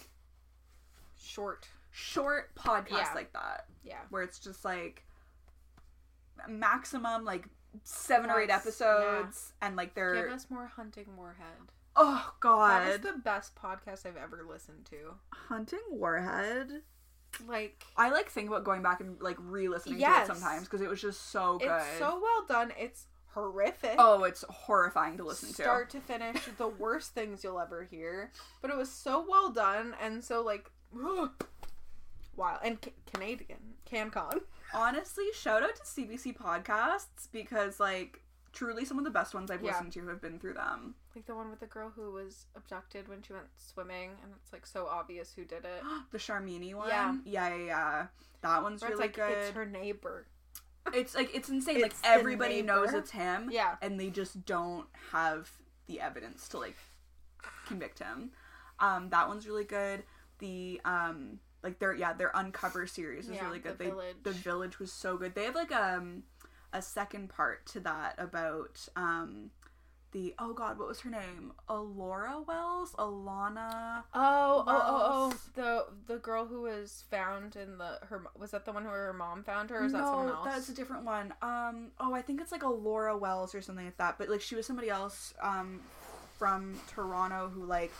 Short.
short podcasts
Yeah.
like that
Yeah.
where it's just like maximum like seven or eight
Yes,
episodes and like they're.
Give us more hunting Warhead.
oh,
That was
God.
the best podcast I've ever listened to.
Hunting Warhead.
Like,
I like think about going back and like re-listening
Yes.
to it sometimes because it was just so good.
it's so well done. It's horrific.
oh, it's horrifying to listen
start to finish (laughs) the worst things you'll ever hear but it was so well done and so like (gasps) wow and ca- canadian cancon
to. Honestly, shout out to CBC podcasts because like truly some of the best ones I've
Yeah.
listened to have been through them. (gasps)
like the one with the girl who was abducted when she went swimming and it's like so obvious who did (gasps) it
the Charmini one, yeah,
Yeah.
yeah, yeah, that one's
Where it's
really
like
good.
it's her (laughs) neighbor
It's like it's insane. like
It's the
everybody
neighbor.
knows it's him,
yeah
and they just don't have the evidence to like convict him. Um, that one's really good. The um, like their yeah their uncover series is
Yeah,
really good.
The
they
Village.
the village was so good. They have like um a second part to that about um the oh god what was her name Alora Wells Alana
oh oh oh oh
Wells.
the the girl who was found in the her was that the one where her mom found her or is that someone else
that's a different one. Um, oh, I think it's like a Laura Wells or something like that. But like she was somebody else um, from Toronto who like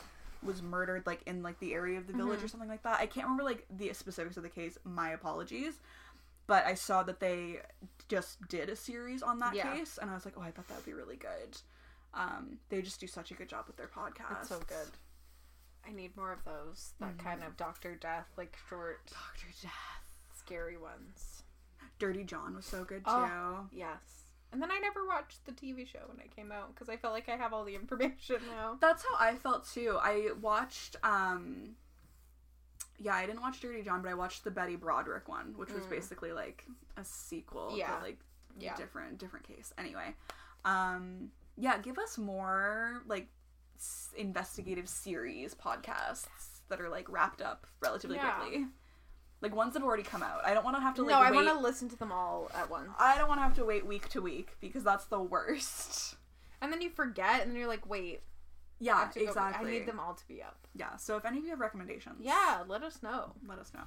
was murdered like in like the area of the
Mm-hmm.
village or something like that. I can't remember like the specifics of the case. My apologies. But I saw that they just did a series on that
Yeah.
case, and I was like, oh, I thought that would be really good. Um, they just do such a good job with their podcast.
It's so good. Mm-hmm. I need more of those. That kind of Doctor Death, like short,
Doctor Death,
scary ones.
Dirty John was so good too.
Oh. Yes. And then I never watched the TV show when it came out because I felt like I have all the (laughs) information now.
That's how I felt too. I watched um yeah, I didn't watch Dirty John, but I watched the Betty Broderick one, which was
Mm.
basically like a sequel
Yeah.
to like
Yeah.
different different case. Anyway, um yeah, give us more like s- investigative series podcasts that are like wrapped up relatively
Yeah.
quickly. Like ones that have already come out. I don't want to have to like
no, I
wait
want to listen to them all at once.
I don't want to have to wait week to week because that's the
(laughs)
worst.
And then you forget, and you're like, wait, I
Yeah,
have to go-
exactly.
I need them all to be up.
Yeah, so if any of you have recommendations,
Yeah, let us know.
let us know.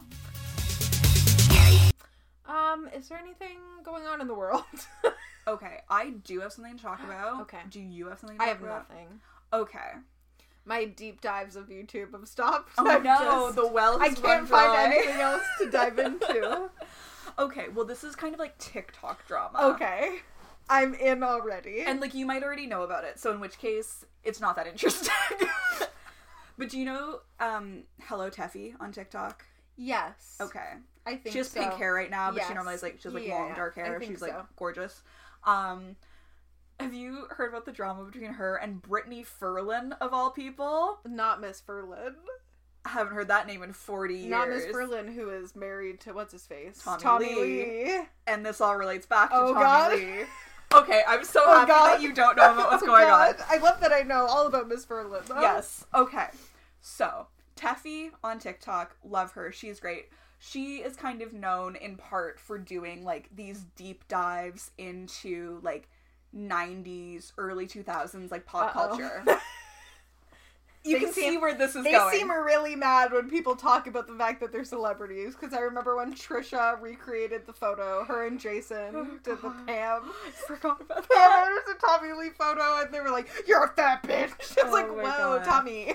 Um, is there anything going on in the world? (laughs)
Okay, I do have something to talk
(gasps)
about.
Okay.
Do you have something to
I
talk
have
about?
nothing.
Okay.
(laughs) My deep dives of YouTube have stopped.
Oh
(laughs)
(laughs)
I'm
no,
just-
the well
I
has run
can't find
dry.
anything else to dive (laughs) into.
(laughs) Okay, well this is kind of like TikTok drama.
Okay. I'm in already.
And like you might already know about it, so in which case it's not that interesting. (laughs) but do you know um Hello Teffy on TikTok?
yes.
Okay.
I think
She has
so.
pink hair right now, but she
Yes.
normally has like she has like
Yeah,
long
yeah,
dark
I
hair.
think
She's like
so.
gorgeous. Um have you heard about the drama between her and Brittany Furlan of all people?
Not Miss Ferlin.
I haven't heard that name in 40 years.
Not Miss Ferlin, who is married to what's his face?
Tommy Lee.
Lee.
and this all relates back to
Oh
Tommy
God.
Lee. Okay, I'm so
Oh,
happy that
God.
you don't know
(laughs)
about what's
Oh,
going
God. I love that I know all about Miss Ferlin.
on. Yes. Okay. So Teffy on TikTok, love her. She's great. She is kind of known in part for doing like these deep dives into like 90s, early 2000s like pop
Uh-oh. (laughs)
culture.
They
You can
seem-
see where this is
They
going.
seem really mad when people talk about the fact that they're celebrities because I remember when Trisha recreated the photo, her and Jason
Oh,
did the
God.
Pam
(gasps) I forgot about
Pam
that.
Anderson Tommy Lee photo, and they were like, "You're a fat bitch." (laughs) It's
Oh
like,
my
"Whoa,
God.
Tommy."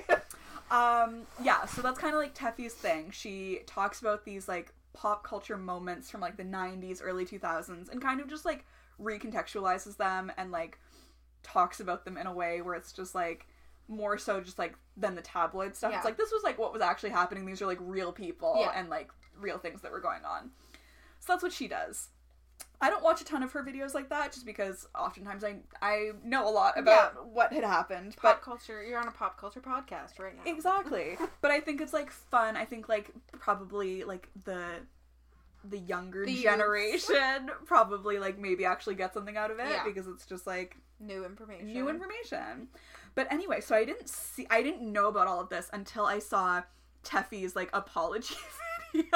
Um, yeah, so that's kind of like Teffy's thing. She talks about these like pop culture moments from like the 90s, early 2000s, and kind of just like recontextualizes them and like talks about them in a way where it's just like more so just like than the tabloid stuff.
Yeah.
It's like this was like what was actually happening. These are like real people
Yeah.
and like real things that were going on. So that's what she does. I don't watch a ton of her videos like that just because oftentimes I I know a lot about what had happened, but
Pop culture. You're on a pop culture podcast right now.
Exactly.
(laughs)
but I think it's like fun. I think like probably like the the younger
The youth.
generation (laughs) probably like maybe actually get something out of it
Yeah.
because it's just like
New information.
new information. But anyway, so I didn't see I didn't know about all of this until I saw Teffy's like apology (laughs) video.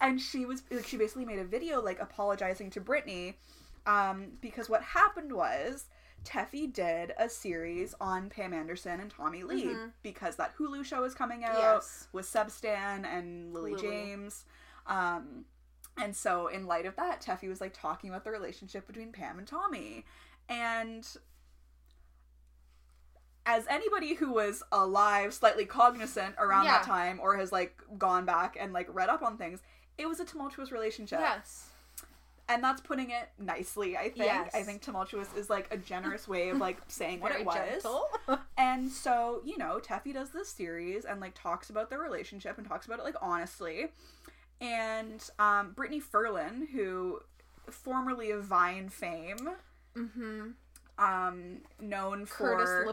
and she was like she basically made a video like apologizing to Britney um because what happened was Teffy did a series on Pam Anderson and Tommy Lee
Mhm.
because that Hulu show is coming out
Yes.
with Substan and Lily,
Lily.
James. Um, and so, in light of that, Teffy was like talking about the relationship between Pam and Tommy. And as anybody who was alive, slightly cognizant around
Yeah.
that time, or has like gone back and like read up on things, it was a tumultuous relationship.
Yes.
And that's putting it nicely, I think.
Yes.
I think tumultuous is like a generous way of like
(laughs)
saying what
Very
it was.
(laughs) gentle.
And so, you know, Teffy does this series and like talks about their relationship and talks about it like honestly. And um, Brittany Ferlin, who formerly of Vine fame,
Mm-hmm.
um, known
Curtis
for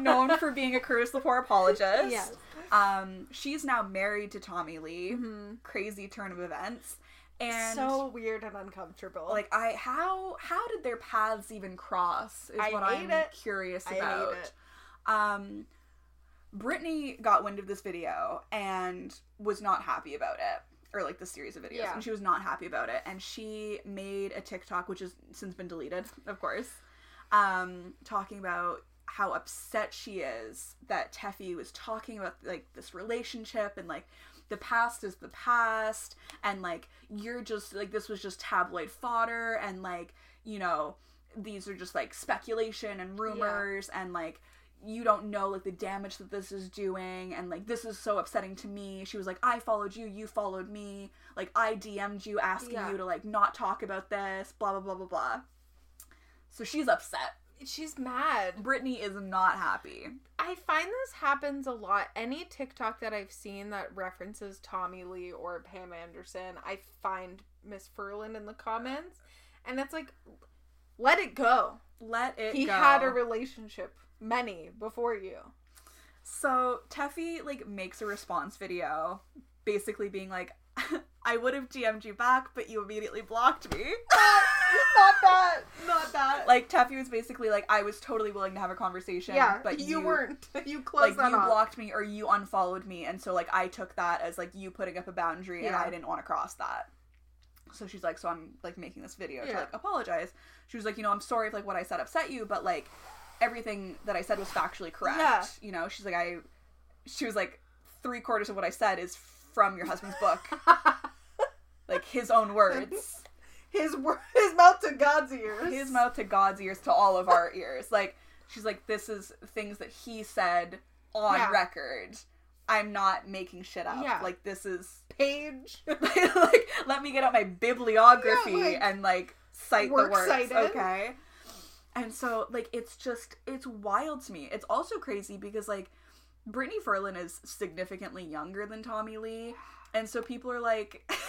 (laughs) known for being a Curtis Lepore apologist,
Yes.
um, she's now married to Tommy Lee.
Mm-hmm.
Crazy turn of events. And
so weird and uncomfortable.
like I how how did their paths even cross is
I
what
hate
I'm
it.
curious
I hate
about.
it.
Um Brittany got wind of this video and was not happy about it. Or like the series of videos.
Yeah.
And she was not happy about it. And she made a TikTok, which has since been deleted, of course. Um, talking about how upset she is that Teffy was talking about like this relationship and like the past is the past and like you're just like this was just tabloid fodder and like you know these are just like speculation and rumors and like you don't know like the damage that this is doing and like this is so upsetting to me she was like i followed you you followed me like i dm'd you asking
Yeah.
you to like not talk about this blah blah blah blah blah so she's upset
she's mad.
brittany is not happy
I find this happens a lot. Any TikTok that I've seen that references Tommy Lee or Pam Anderson, I find Miss Furlan in the comments, and it's like, let it go.
let it
he
go.
had a relationship, many before you.
So Teffy like makes a response video, basically being like, (laughs) "I would have DM'd you back, but you immediately blocked
(laughs)
me."
Not that. Not that.
like Teffy was basically like, "I was totally willing to have a conversation,
yeah,
but
you,
you,
weren't. (laughs) You
like
closed
you
that off.
blocked me or you unfollowed me, and so like I took that as like you putting up a boundary, and
Yeah.
I didn't want to cross that." So she's like, "So I'm like making this video to
Yeah.
like apologize." She was like, "You know, I'm sorry if like what I said upset you, but like everything that I said was factually correct."
Yeah.
You know, she's like, "I," she was like, three quarters of what I said is from your husband's
(laughs)
book, like his own words."
his wor- (laughs) his mouth to God's ears.
his mouth to God's ears to all of our ears. Like she's like, this is things that he said on
Yeah.
record. I'm not making shit up.
Yeah.
Like this is
page.
(laughs) like let me get out my bibliography
Yeah, like,
and like cite the
works
works.
cited.
Okay. And so like it's just it's wild to me. It's also crazy because like Brittany Ferlin is significantly younger than Tommy Lee. And so people are like (laughs)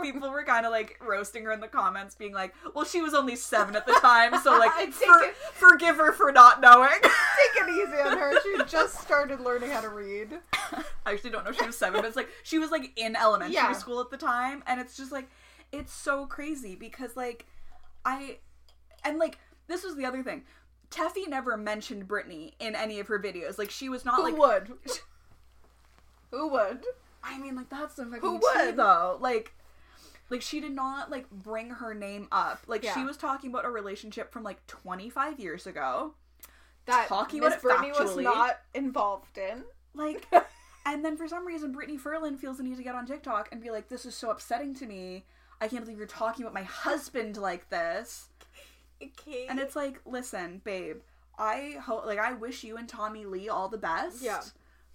people were kind of like roasting her in the comments, being like, "Well, she was only seven at the time, so
(laughs) I
like,
take
for,
it.
forgive her for not
(laughs)
knowing."
Take it easy on her. (laughs) She just started learning how to read.
I actually don't know if she was seven, but it's like she was like in elementary
Yeah.
school at the time, and it's just like it's so crazy because like I and like this was the other thing. Teffy never mentioned Britney in any of her videos. Like she was not like
Who would? (laughs) Who would?
I mean, like that's some fucking
Who
tea,
would?
though. Like, Like she did not like bring her name up. Like she
Yeah.
was talking about a relationship from like 25 years ago.
that
Talking
Miss
about it
Brittany was
factually.
not involved in. (laughs)
Like and then for some reason Brittany Ferlin feels the need to get on TikTok and be like this is so upsetting to me. I can't believe you're talking about my husband like this.
Okay.
And it's like, listen, babe, I hope like I wish you and Tommy Lee all the best.
Yeah.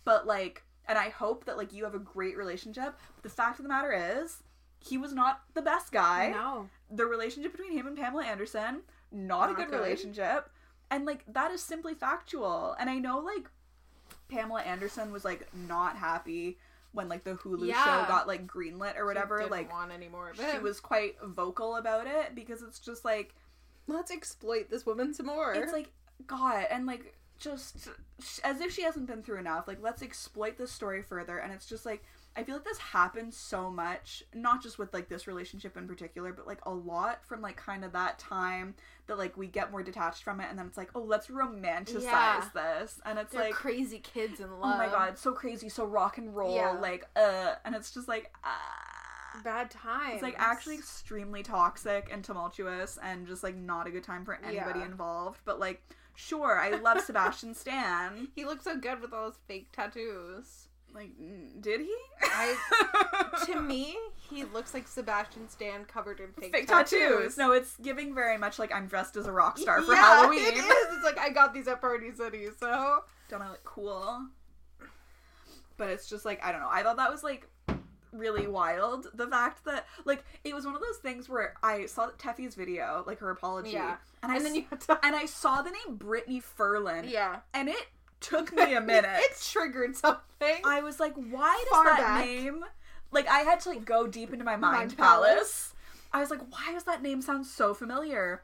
But like and I hope that like you have a great relationship. But the fact of the matter is, he was not the best guy.
no.
The relationship between him and Pamela Anderson, not, a
Not
good,
good.
relationship. And like that is simply factual. And I know like Pamela Anderson was like not happy when like the Hulu
Yeah.
show got like greenlit or whatever.
didn't
Like
want any more of it.
she was quite vocal about it because it's just like
Let's exploit this woman some more.
It's like God, and like just sh- as if she hasn't been through enough. Like let's exploit this story further, and it's just like I feel like this happens so much, not just with like this relationship in particular, but like a lot from like kind of that time that like we get more detached from it, and then it's like oh let's romanticize
Yeah.
this, and it's
they're
like.
crazy kids in
Oh
love.
my god, so crazy, so rock and roll,
Yeah.
like uh and it's just like ah
Bad time.
it's like actually extremely toxic and tumultuous and just like not a good time for anybody
Yeah.
involved. But like, sure, I love Sebastian Stan.
(laughs) He looks so good with all his fake tattoos.
Like, mm, did he?
I (laughs) to me, he looks like Sebastian Stan covered in fake,
fake tattoos.
tattoos.
No, it's giving very much like I'm dressed as a rock star for
Yeah,
Halloween.
It is. It's like I got these at Party City, so
(laughs) Don't I look cool? But it's just like I don't know. I thought that was like really wild. The fact that like it was one of those things where I saw Teffy's video, like her apology,
Yeah.
and I
and then
s-
you have to
and I saw the name Brittany Ferlin.
Yeah.
and it took (laughs) me (laughs) a minute.
it triggered something.
I was like, why does
Far
that
back.
name? Like, I had to like go deep into my mind,
Mind
palace. I was like, why does that name sound so familiar?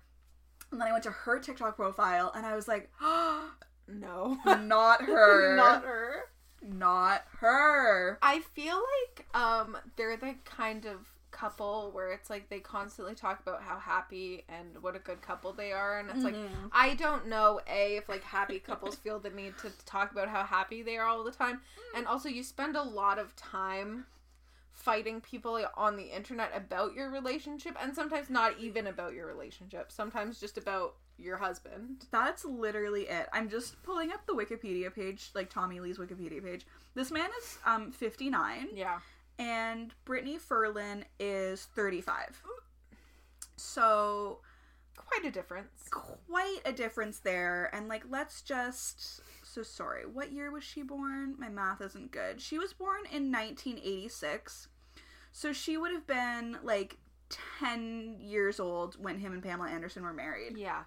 And then I went to her TikTok profile, and I was like, (gasps) (laughs)
no.
not her,
(laughs) Not her.
Not her.
I feel like um they're the kind of couple where it's like they constantly talk about how happy and what a good couple they are and it's like
Mhm.
I don't know a if like happy couples feel the need to talk about how happy they are all the time and also you spend a lot of time fighting people on the internet about your relationship and sometimes not even about your relationship sometimes just about your husband
That's literally it. I'm just pulling up the Wikipedia page, like Tommy Lee's Wikipedia page. This man is um 59.
yeah
and Brittany Ferlin is 35. So,
quite a difference
quite a difference there. And, like, let's just. So sorry. What year was she born? My math isn't good. She was born in 1986. So she would have been, like, 10 years old when him and Pamela Anderson were married.
yeah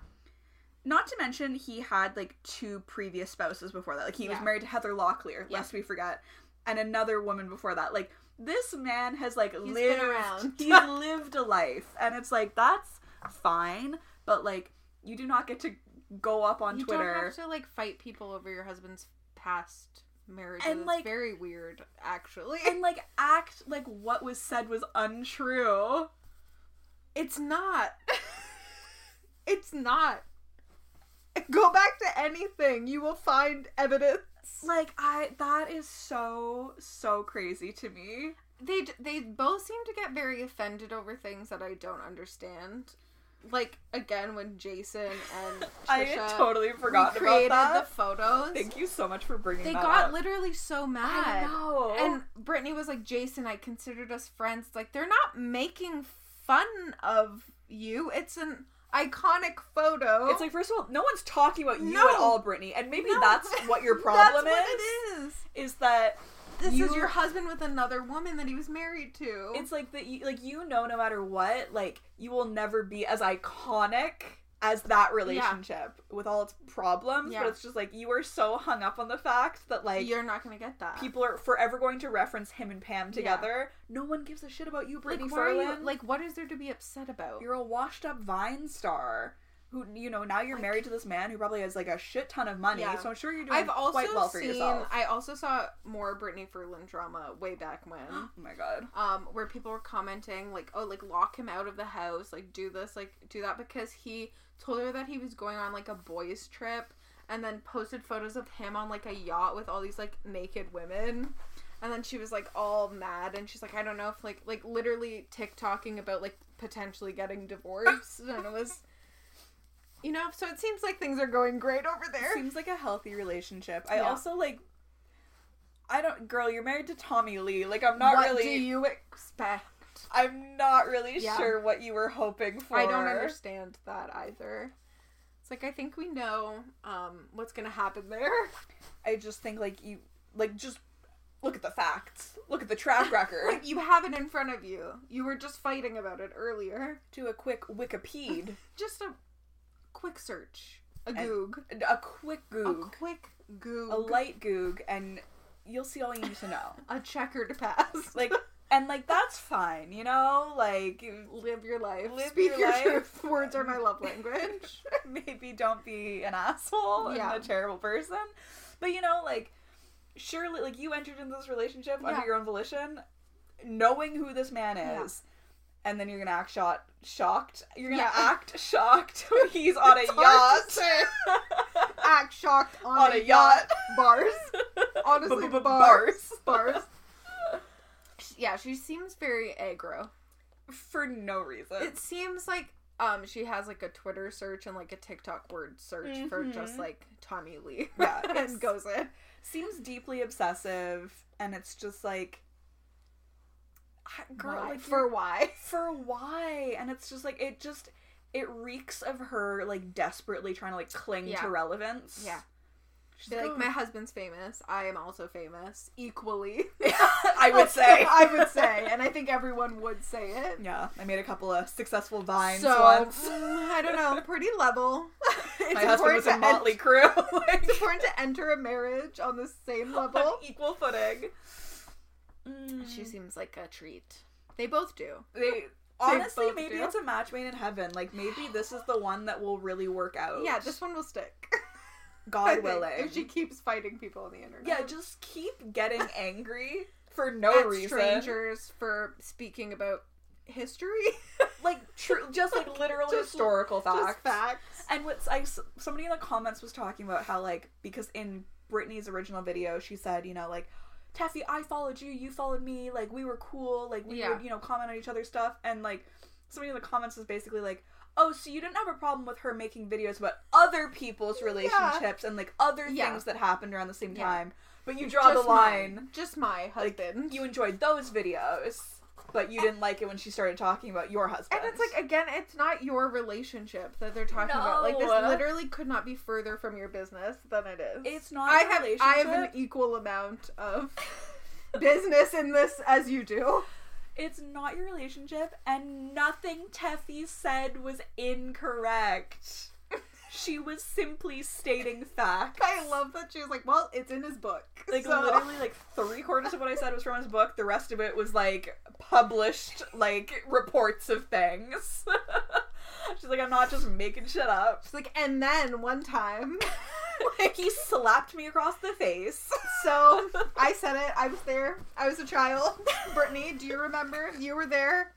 Not to mention, he had, like, two previous spouses before that. Like, he was
Yeah.
married to Heather Locklear,
Yeah.
lest we forget, and another woman before that. Like, this man has, like,
been
lived.
around.
(laughs)
(laughs)
he's lived a life. And it's like, that's fine, but, like, you do not get to go up on
you don't
Twitter.
have to like fight people over your husband's past marriage.
And,
And
like-
like, very weird, actually.
And, like, act like what was said was untrue.
it's (laughs) not. it's not. Go back to anything. You will find evidence.
Like, I. That is so, so crazy to me.
They d- they both seem to get very offended over things that I don't understand. Like again, when Jason (laughs) and
I
Trisha
had totally forgotten about
recreated
that.
the photos,
Thank you so much for bringing
they
that
got
up.
literally so mad.
I know.
And Brittany was like, Jason, I considered us friends. Like, they're not making fun of you. It's an iconic photo.
It's like, first of all, no one's talking about you
No.
at all, Brittany. And maybe
No. (laughs)
that's what your problem
That's
is,
What it is.
is. that
This
You-
is your husband with another woman that he was married to.
it's like that. You, like you know, no matter what, like you will never be as iconic as that relationship with all its problems.
Yeah.
But it's just like you are so hung up on the fact that like
You're not gonna get that.
people are forever going to reference him and Pam together. No one gives a shit about you,
like,
Brittany
why are you-
Ferlin.
like, what is there to be upset about?
you're a washed up Vine star. Who you know now you're married to this man who probably has like a shit ton of money,
Yeah.
so I'm sure you're doing
I've also
quite well for
seen.
yourself.
I also saw more Brittany Ferlin drama way back
(gasps)
when.
Oh my god.
um, where people were commenting like, "Oh, like lock him out of the house, like do this, like do that," because he told her that he was going on like a boys' trip, and then posted photos of him on like a yacht with all these like naked women, And then she was like all mad and she's like, I don't know if like like literally TikToking about like potentially getting divorced and it was you know, so it seems like things are going great over there.
Seems like a healthy relationship. I
Yeah.
also like. I don't, girl. You're married to Tommy Lee. Like I'm not
what
really.
do you expect?
I'm not really
Yeah.
sure what you were hoping for.
I don't understand that either. It's like I think we know um, what's gonna happen there. (laughs)
I just think like you, like just look at the facts. Look at the
(laughs)
track record.
Like you have it in front of you. You were just fighting about it earlier.
Do a quick Wikipedia,
Just a quick search, a goog,
a quick
a
goog,
quick goog,
a light goog, and you'll see all you need to know.
a checkered past.
Like, and like that's fine, you know. Like,
(laughs) live your life.
Live
Speak
your
your,
life.
truth. Words are my love language. (laughs)
maybe don't be an asshole
Yeah.
and a terrible person. But you know, like surely like you entered into this relationship
Yeah.
under your own volition, knowing who this man
Yeah.
is. And then you're gonna act shot shocked. You're gonna
Yeah.
act shocked (laughs) when he's (laughs) on a
It's hard to
yacht.
say. (laughs) Act shocked on,
(laughs) on a yacht.
Bars. (laughs)
(laughs)
Honestly,
B- b-
bars.
bars.
Bars. Yeah, she seems very aggro.
For no reason.
It seems like um she has like a Twitter search and like a TikTok word search for just
Mhm.
like Tommy Lee. (laughs)
Yeah, it's-
and goes in.
seems deeply obsessive and it's just like I- girl
Why?
like
for
for
why?
for why and it's just like it just it reeks of her like desperately trying to like cling
Yeah.
to relevance
Yeah.
she's
Be
(laughs)
like my husband's famous. I am also famous equally.
i would say
(laughs) I would
(laughs)
say, and I think everyone would say it.
yeah i made a couple of successful vines
so
once (laughs)
(laughs) mm, I don't know, pretty level. (laughs) it's
my husband was in
important to en-
motley crew (laughs)
it's important to enter a marriage on the same
on
level.
equal footing Mm.
She seems like a treat. They both do.
they Mm. honestly
both
maybe
do.
it's a match made in heaven like maybe this is the one that will really work out
Yeah, this one will stick. I
god
think,
willing
(laughs) If she keeps fighting people on the internet.
Yeah, just keep
(laughs)
getting angry for no
At
reason.
strangers for speaking about history. (laughs)
Like true, just like literal
Just-
historical facts.
Just facts.
And what's I s- somebody in the comments was talking about how like because in Britney's original video she said you know like Taffy I followed you you followed me like we were cool like we
Yeah.
would you know comment on each other's stuff and like somebody in the comments was basically like oh so you didn't have a problem with her making videos about other people's relationships and like other
Yeah.
things that happened around the same
Yeah.
time but you draw
Just
the line.
mine. Just my husband.
you enjoyed those videos, but you didn't like it when she started talking about your husband.
And it's like again, it's not your relationship that they're talking about. Like this
No.
literally could not be further from your business than it is.
it's not.
I
a
have
relationship.
I have an equal amount
(laughs)
of business in this as you do.
It's not your relationship, and nothing Teffy said was incorrect. she was simply stating facts.
I love that she was like, well, it's in his book.
Like
so-
literally, like three quarters of what I said was from his book. The rest of it was like published, like reports of things. (laughs) She's like, I'm not just making shit up. (laughs)
She's like, and then one time, like,
He slapped me across the face. (laughs)
so I said it. I was there. I was a (laughs) child. Brittany, do you remember? You were there.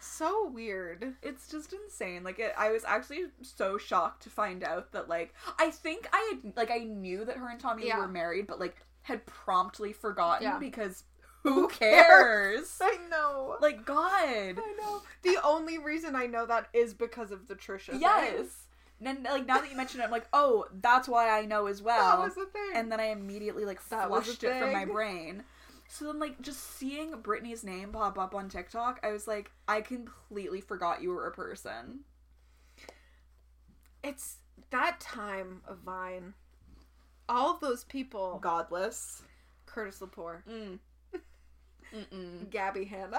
So weird.
it's just insane like it, i was actually so shocked to find out that like i think i had like i knew that her and tommy Lee
Yeah.
were married but like had promptly forgotten
Yeah. (laughs)
because who cares
I know.
like god
I know. The only reason I know that is because of the Trisha. thing.
yes and then, like now that you mention it i'm like oh that's why i know as
that
well
was the thing.
and then i immediately like
That was a
flushed it from my
thing.
brain so then like just seeing brittany's name pop up on tiktok i was like i completely forgot you were a person
it's that time of Vine. All of those people:
godless
Curtis Lepore, (laughs)
mm. Mm-mm.
Gabby (laughs) Hanna.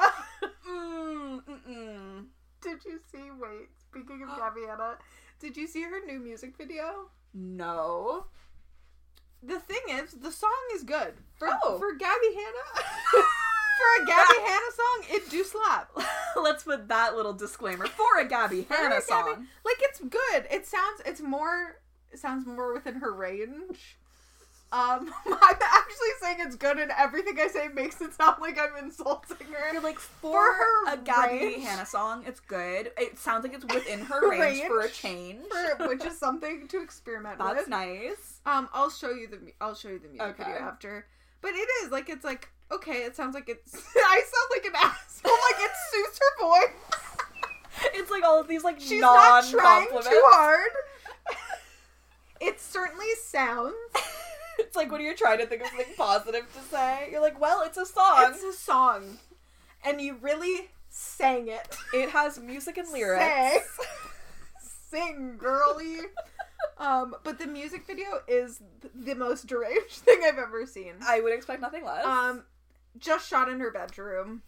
Mm, mm-mm.
did you see? Wait, speaking (gasps) of Gabby Hanna, did you see her new music video?
No. (laughs)
The thing is, the song is good for
Oh.
for Gabby (laughs) Hanna. for a Gabby Hanna song, it do slap.
Let's put that little disclaimer for a Gabby
(laughs) For a
Hanna
Gabby-
song.
Like it's good. It sounds it's more it sounds more within her range. Um (laughs) I'm actually saying it's good and everything I say makes it sound like I'm insulting her.
You're like for,
For her
a Gabby
range.
Hanna song. It's good. It sounds like it's within (laughs) her range, for a
Range.
change.
(laughs) For- which is something to experiment
That's
with.
nice.
Um I'll show you the mu- I'll show you the music
Okay.
video after. But it is like it's like okay. It sounds like it's. (laughs) I sound like an asshole. Like it suits her voice.
It's like all of these like
She's
non
not trying
compliments.
too hard. (laughs) it certainly sounds.
It's like when you're trying to think of something positive to say, you're like, well, it's a song.
It's a song, and you really sang (laughs) it.
it has music and lyrics.
Sing, Sing, girly. um, but the music video is th- the most deranged thing I've ever seen.
I would expect nothing less.
Um, just shot in her bedroom.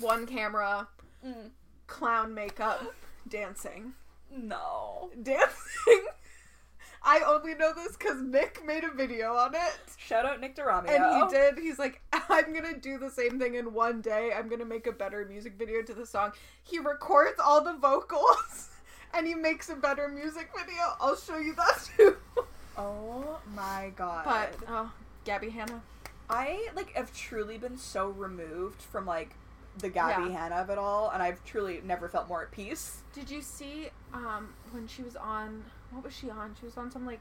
One camera,
Mm.
clown makeup, dancing,
no.
dancing. (laughs) I only know this because Nick made a video on it.
Shout out Nick DiRamio.
And he did. He's like, (laughs) I'm gonna do the same thing in one day. I'm gonna make a better music video to the song. He records all the vocals (laughs) and he makes a better music video. I'll show you that (laughs) too.
Oh my god.
But oh, Gabby Hanna.
I like have truly been so removed from like the Gabby
Yeah.
Hanna of it all, and I've truly never felt more at peace.
Did you see um when she was on what was she on? She was on some like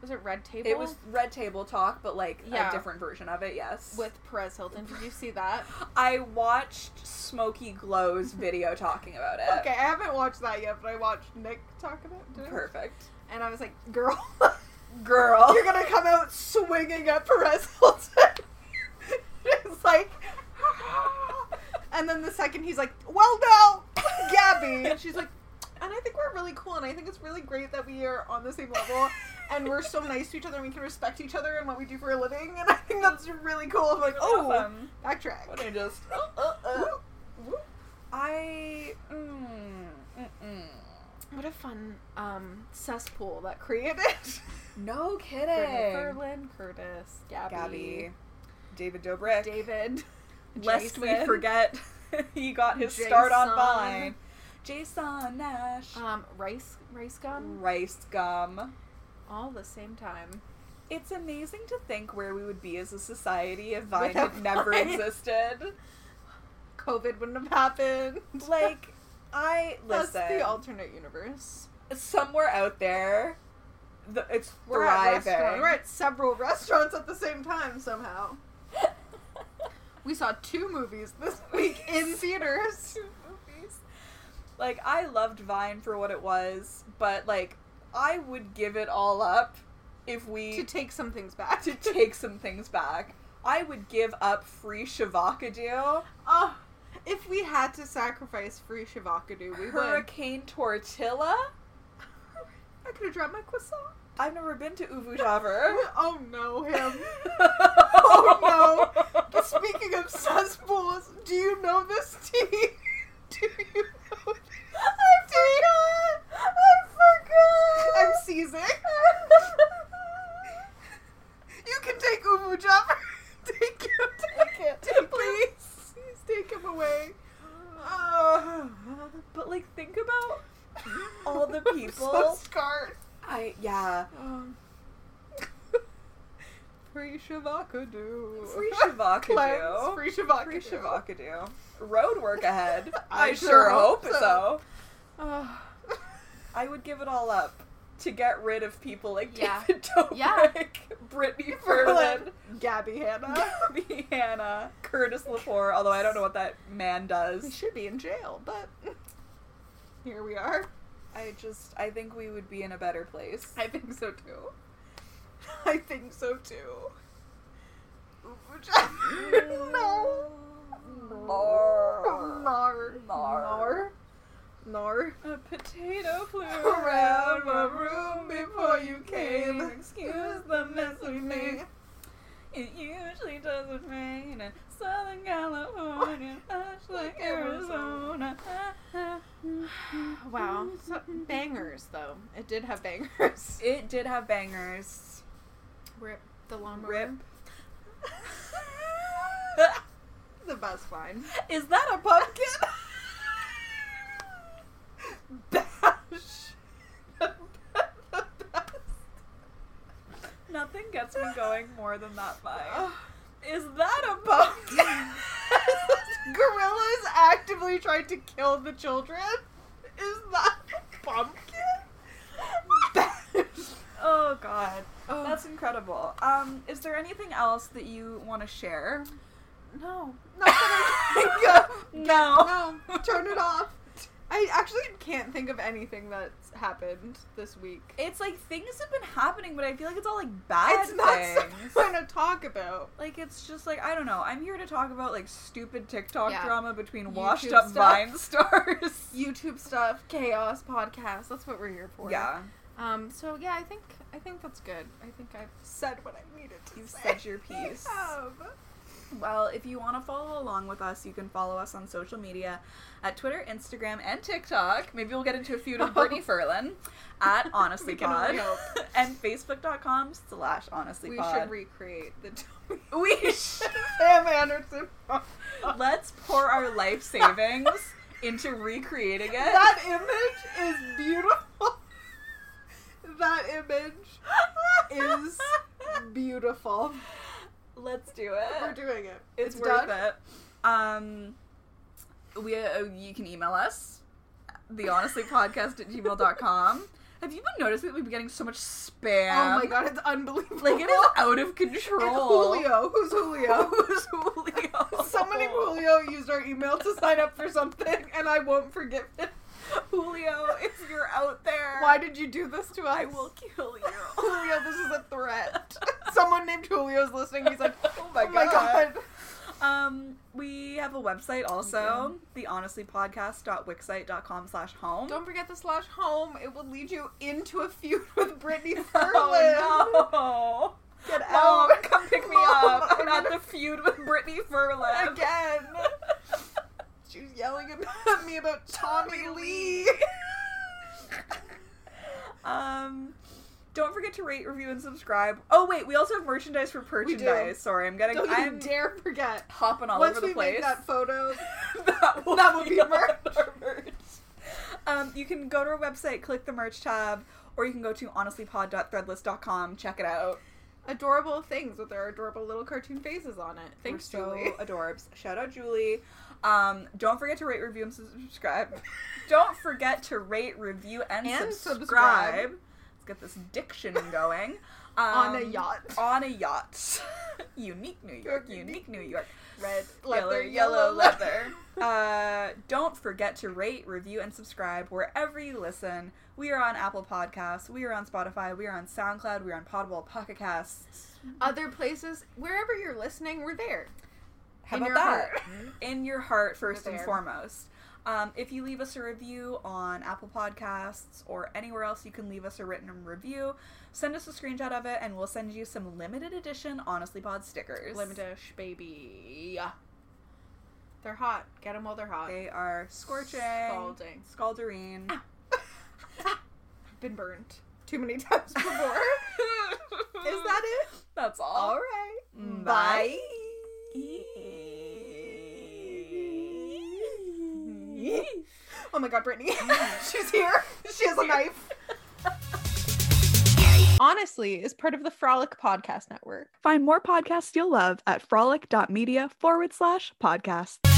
was it Red Table?
It was Red Table Talk, but like
Yeah.
a different version of it. Yes.
with Perez Hilton. Did you see that?
I watched Smokey Glow's video talking about it.
(laughs) okay, I haven't watched that yet, but I watched Nick talk about it. today.
Perfect.
And I was like, girl, (laughs)
Girl. (laughs)
you're gonna come out swinging at Perez Hilton. (laughs) it's like, (laughs) and then the second he's like, well, no, Gabby, and she's like, and I think we're really cool, and I think it's really great that we are on the same level. And we're so nice to each other, and we can respect each other and what we do for a living, and I think that's really cool. I'm like, oh,
Awesome.
backtrack.
What uh-uh. I just.
uh, Woo, woo.
I. Mm, mm-mm.
What a fun um, cesspool that created. (laughs)
No
Brittany
kidding.
Ferlin, Curtis, Gabby,
Gabby. David Dobrik.
(laughs) David.
Lest we
Jason.
forget, (laughs) he got his start on
Jason.
Vine. Jason Nash.
Um, rice, rice gum,
Rice gum.
all the same time.
It's amazing to think where we would be as a society if Vine
Without
had never
Vine. (laughs)
existed.
COVID wouldn't have (laughs) happened.
Like, I
that's
listen.
the alternate universe.
somewhere out there, the, it's
We're at
thriving.
restaurant. We're at several (laughs) restaurants at the same time somehow. We saw two movies this (laughs) week
(laughs)
in theaters.
movies. Like I loved Vine for what it was, but like I would give it all up if
to
we
take some things back.
to take some things back. I would give up free Shavakadu,
(laughs) Oh, if we had to sacrifice free Shivakadu, we would.
Hurricane Tortilla.
(laughs) I could have dropped my croissant.
I've never been to Uvu Javar.
(laughs) Oh no, him.
(laughs) oh
But Speaking of cesspools, do you know this tea? (laughs) Do you know this tea?
I
I'm seizing. You can take Umu Jumper. (laughs) Take him. Take it. Please. Please take him (sighs) away. Oh.
But like think about All the
(laughs) I'm
people.
so scarred.
I yeah.
(sighs) Free Shavakadu.
Free
(laughs)
Shavakadu.
Cleanse. Free Shavakadu.
Free Shavakadu. Road work ahead.
(laughs) I sure hope so. Oh. (laughs)
I would give it all up to get rid of people like
Yeah.
David (laughs) Dobrik,
Yeah.
Brittany Ferlin,
Ferlin. Gabby Hannah.
Gabby Hanna, Curtis Lepore, although I don't know what that man
(laughs) We
does.
should be in jail, but here we are.
I just, I think we would be in a better place.
I think so too. I think so too. (laughs) (laughs) no.
Nar.
Nar.
Nar.
Nar.
A potato flew
Around
around
my
my
room
room
before
before
you
you
came.
came. Excuse the mess we made. It usually doesn't rain in Southern California, much like Arizona.
(sighs) Wow. So, bangers, though. It did have bangers.
It did have bangers.
(laughs) Rip the lawnmower.
Rip. (laughs)
the best line.
Is that a pumpkin?
Bash. (laughs) the best.
(laughs) Nothing gets me going more than that vibe.
Ugh.
Is that a pumpkin?
(laughs) Gorillas actively tried to kill the children. Is that pumpkin? Bash.
(laughs) Oh god.
Oh,
That's incredible. Um, is there anything else that you want to share?
no. Not that I can think
(laughs)
of.
No.
No, turn it off. I actually can't think of anything that's happened this week.
It's like things have been happening, but I feel like it's all like bad
it's not
(laughs) things.
something to talk about.
Like it's just like I don't know. I'm here to talk about like stupid TikTok
Yeah.
drama between
YouTube
washed up
stuff.
Vine (laughs) stars.
YouTube stuff, chaos podcast. That's what we're here for.
yeah,
Um. So yeah, I think I think that's good. I think I've said what I needed to
(laughs) you've
say. Oh.
said your
(laughs)
piece.
I have.
Well, if you want to follow along with us, you can follow us on social media at Twitter, Instagram, and TikTok. Maybe we'll get into a
(laughs)
feud with Brittany Furlan at
We can
HonestlyPod
only hope.
(laughs) and Facebook.com slash
We
HonestlyPod.
should recreate
(laughs)
the Tony (laughs)
we should.
Sam Anderson. podcast.
(laughs) Let's pour our life savings
(laughs)
into recreating it. (laughs)
that image is beautiful. that image
(laughs)
is beautiful.
Let's do it.
We're doing it.
it's, worth it. Um, we uh, you can email us the honestly podcast at gmail.com. Have you been noticing that we've been getting so much spam?
Oh my god, it's unbelievable.
Like it is out of
And
control.
Julio.
(laughs)
Who's Julio?
Who's Julio?
Someone named Julio used our email to sign up for something, and I won't forgive
(laughs)
it.
Julio, if you're out there,
Why did you do this to us?
I will kill you.
(laughs) Julio,
(laughs)
this is a threat. Someone named Julio's listening. He's like,
Oh my
oh my
God.
god.
Um, we have a website also, the honestlypodcast.wixsite.com slash home.
Don't forget the slash home. It will lead you into a feud with
(laughs)
(laughs) Brittany Furlan.
Oh no.
Get
Mom,
out.
come pick me
Mom,
up. I'm
I'm
at
gonna- (laughs)
the feud with Brittany Furlan.
Again. She was yelling at me about Tommy Lee.
(laughs) um, don't forget to rate, review, and subscribe. Oh wait, we also have merchandise for
do.
merchandise. Sorry, I'm getting
Don't
I'm
you dare forget.
hopping all
Once
over the
we
place.
make that photo,
(laughs) that will,
That will be
on
merch.
our merch. Um, you can go to our website, click the merch tab, or you can go to honestlypod.threadless.com. Check it out.
adorable things with their adorable little cartoon faces on it. Thanks,
We're so
Julie. (laughs)
adorbs. Shout out Julie. Um, don't forget to rate, review, and subscribe. (laughs) don't forget to rate, review, and,
And
subscribe.
subscribe.
Let's get this diction going. Um,
(laughs) on a yacht.
On a yacht. (laughs) unique New York. Unique New York.
Red
leather, yellow leather. Uh, don't forget to rate, review, and subscribe wherever you listen. We are on Apple Podcasts. We are on Spotify. We are on SoundCloud. We are on Podwall Pocket Casts.
(laughs) Other places, wherever you're listening, we're there.
How
In
about
your
that?
heart.
(laughs) In your heart, first and
there.
foremost. Um, if you leave us a review on Apple Podcasts or anywhere else, you can leave us a written review. Send us a screenshot of it, and we'll send you some limited edition Honestly Pod stickers.
Limitish, baby. They're hot. Get them while they're hot.
They are scorching,
Scalding. Ah,
scaldering. (laughs)
Been burned too many (laughs) times before. Is (laughs) that it?
That's all.
All right.
Bye. (laughs)
Oh my god, Brittany. Mm. (laughs) She's here. She has a (laughs) knife. Honestly is part of the Frolic Podcast Network.
Find more podcasts you'll love at frolic.media forward slash podcasts.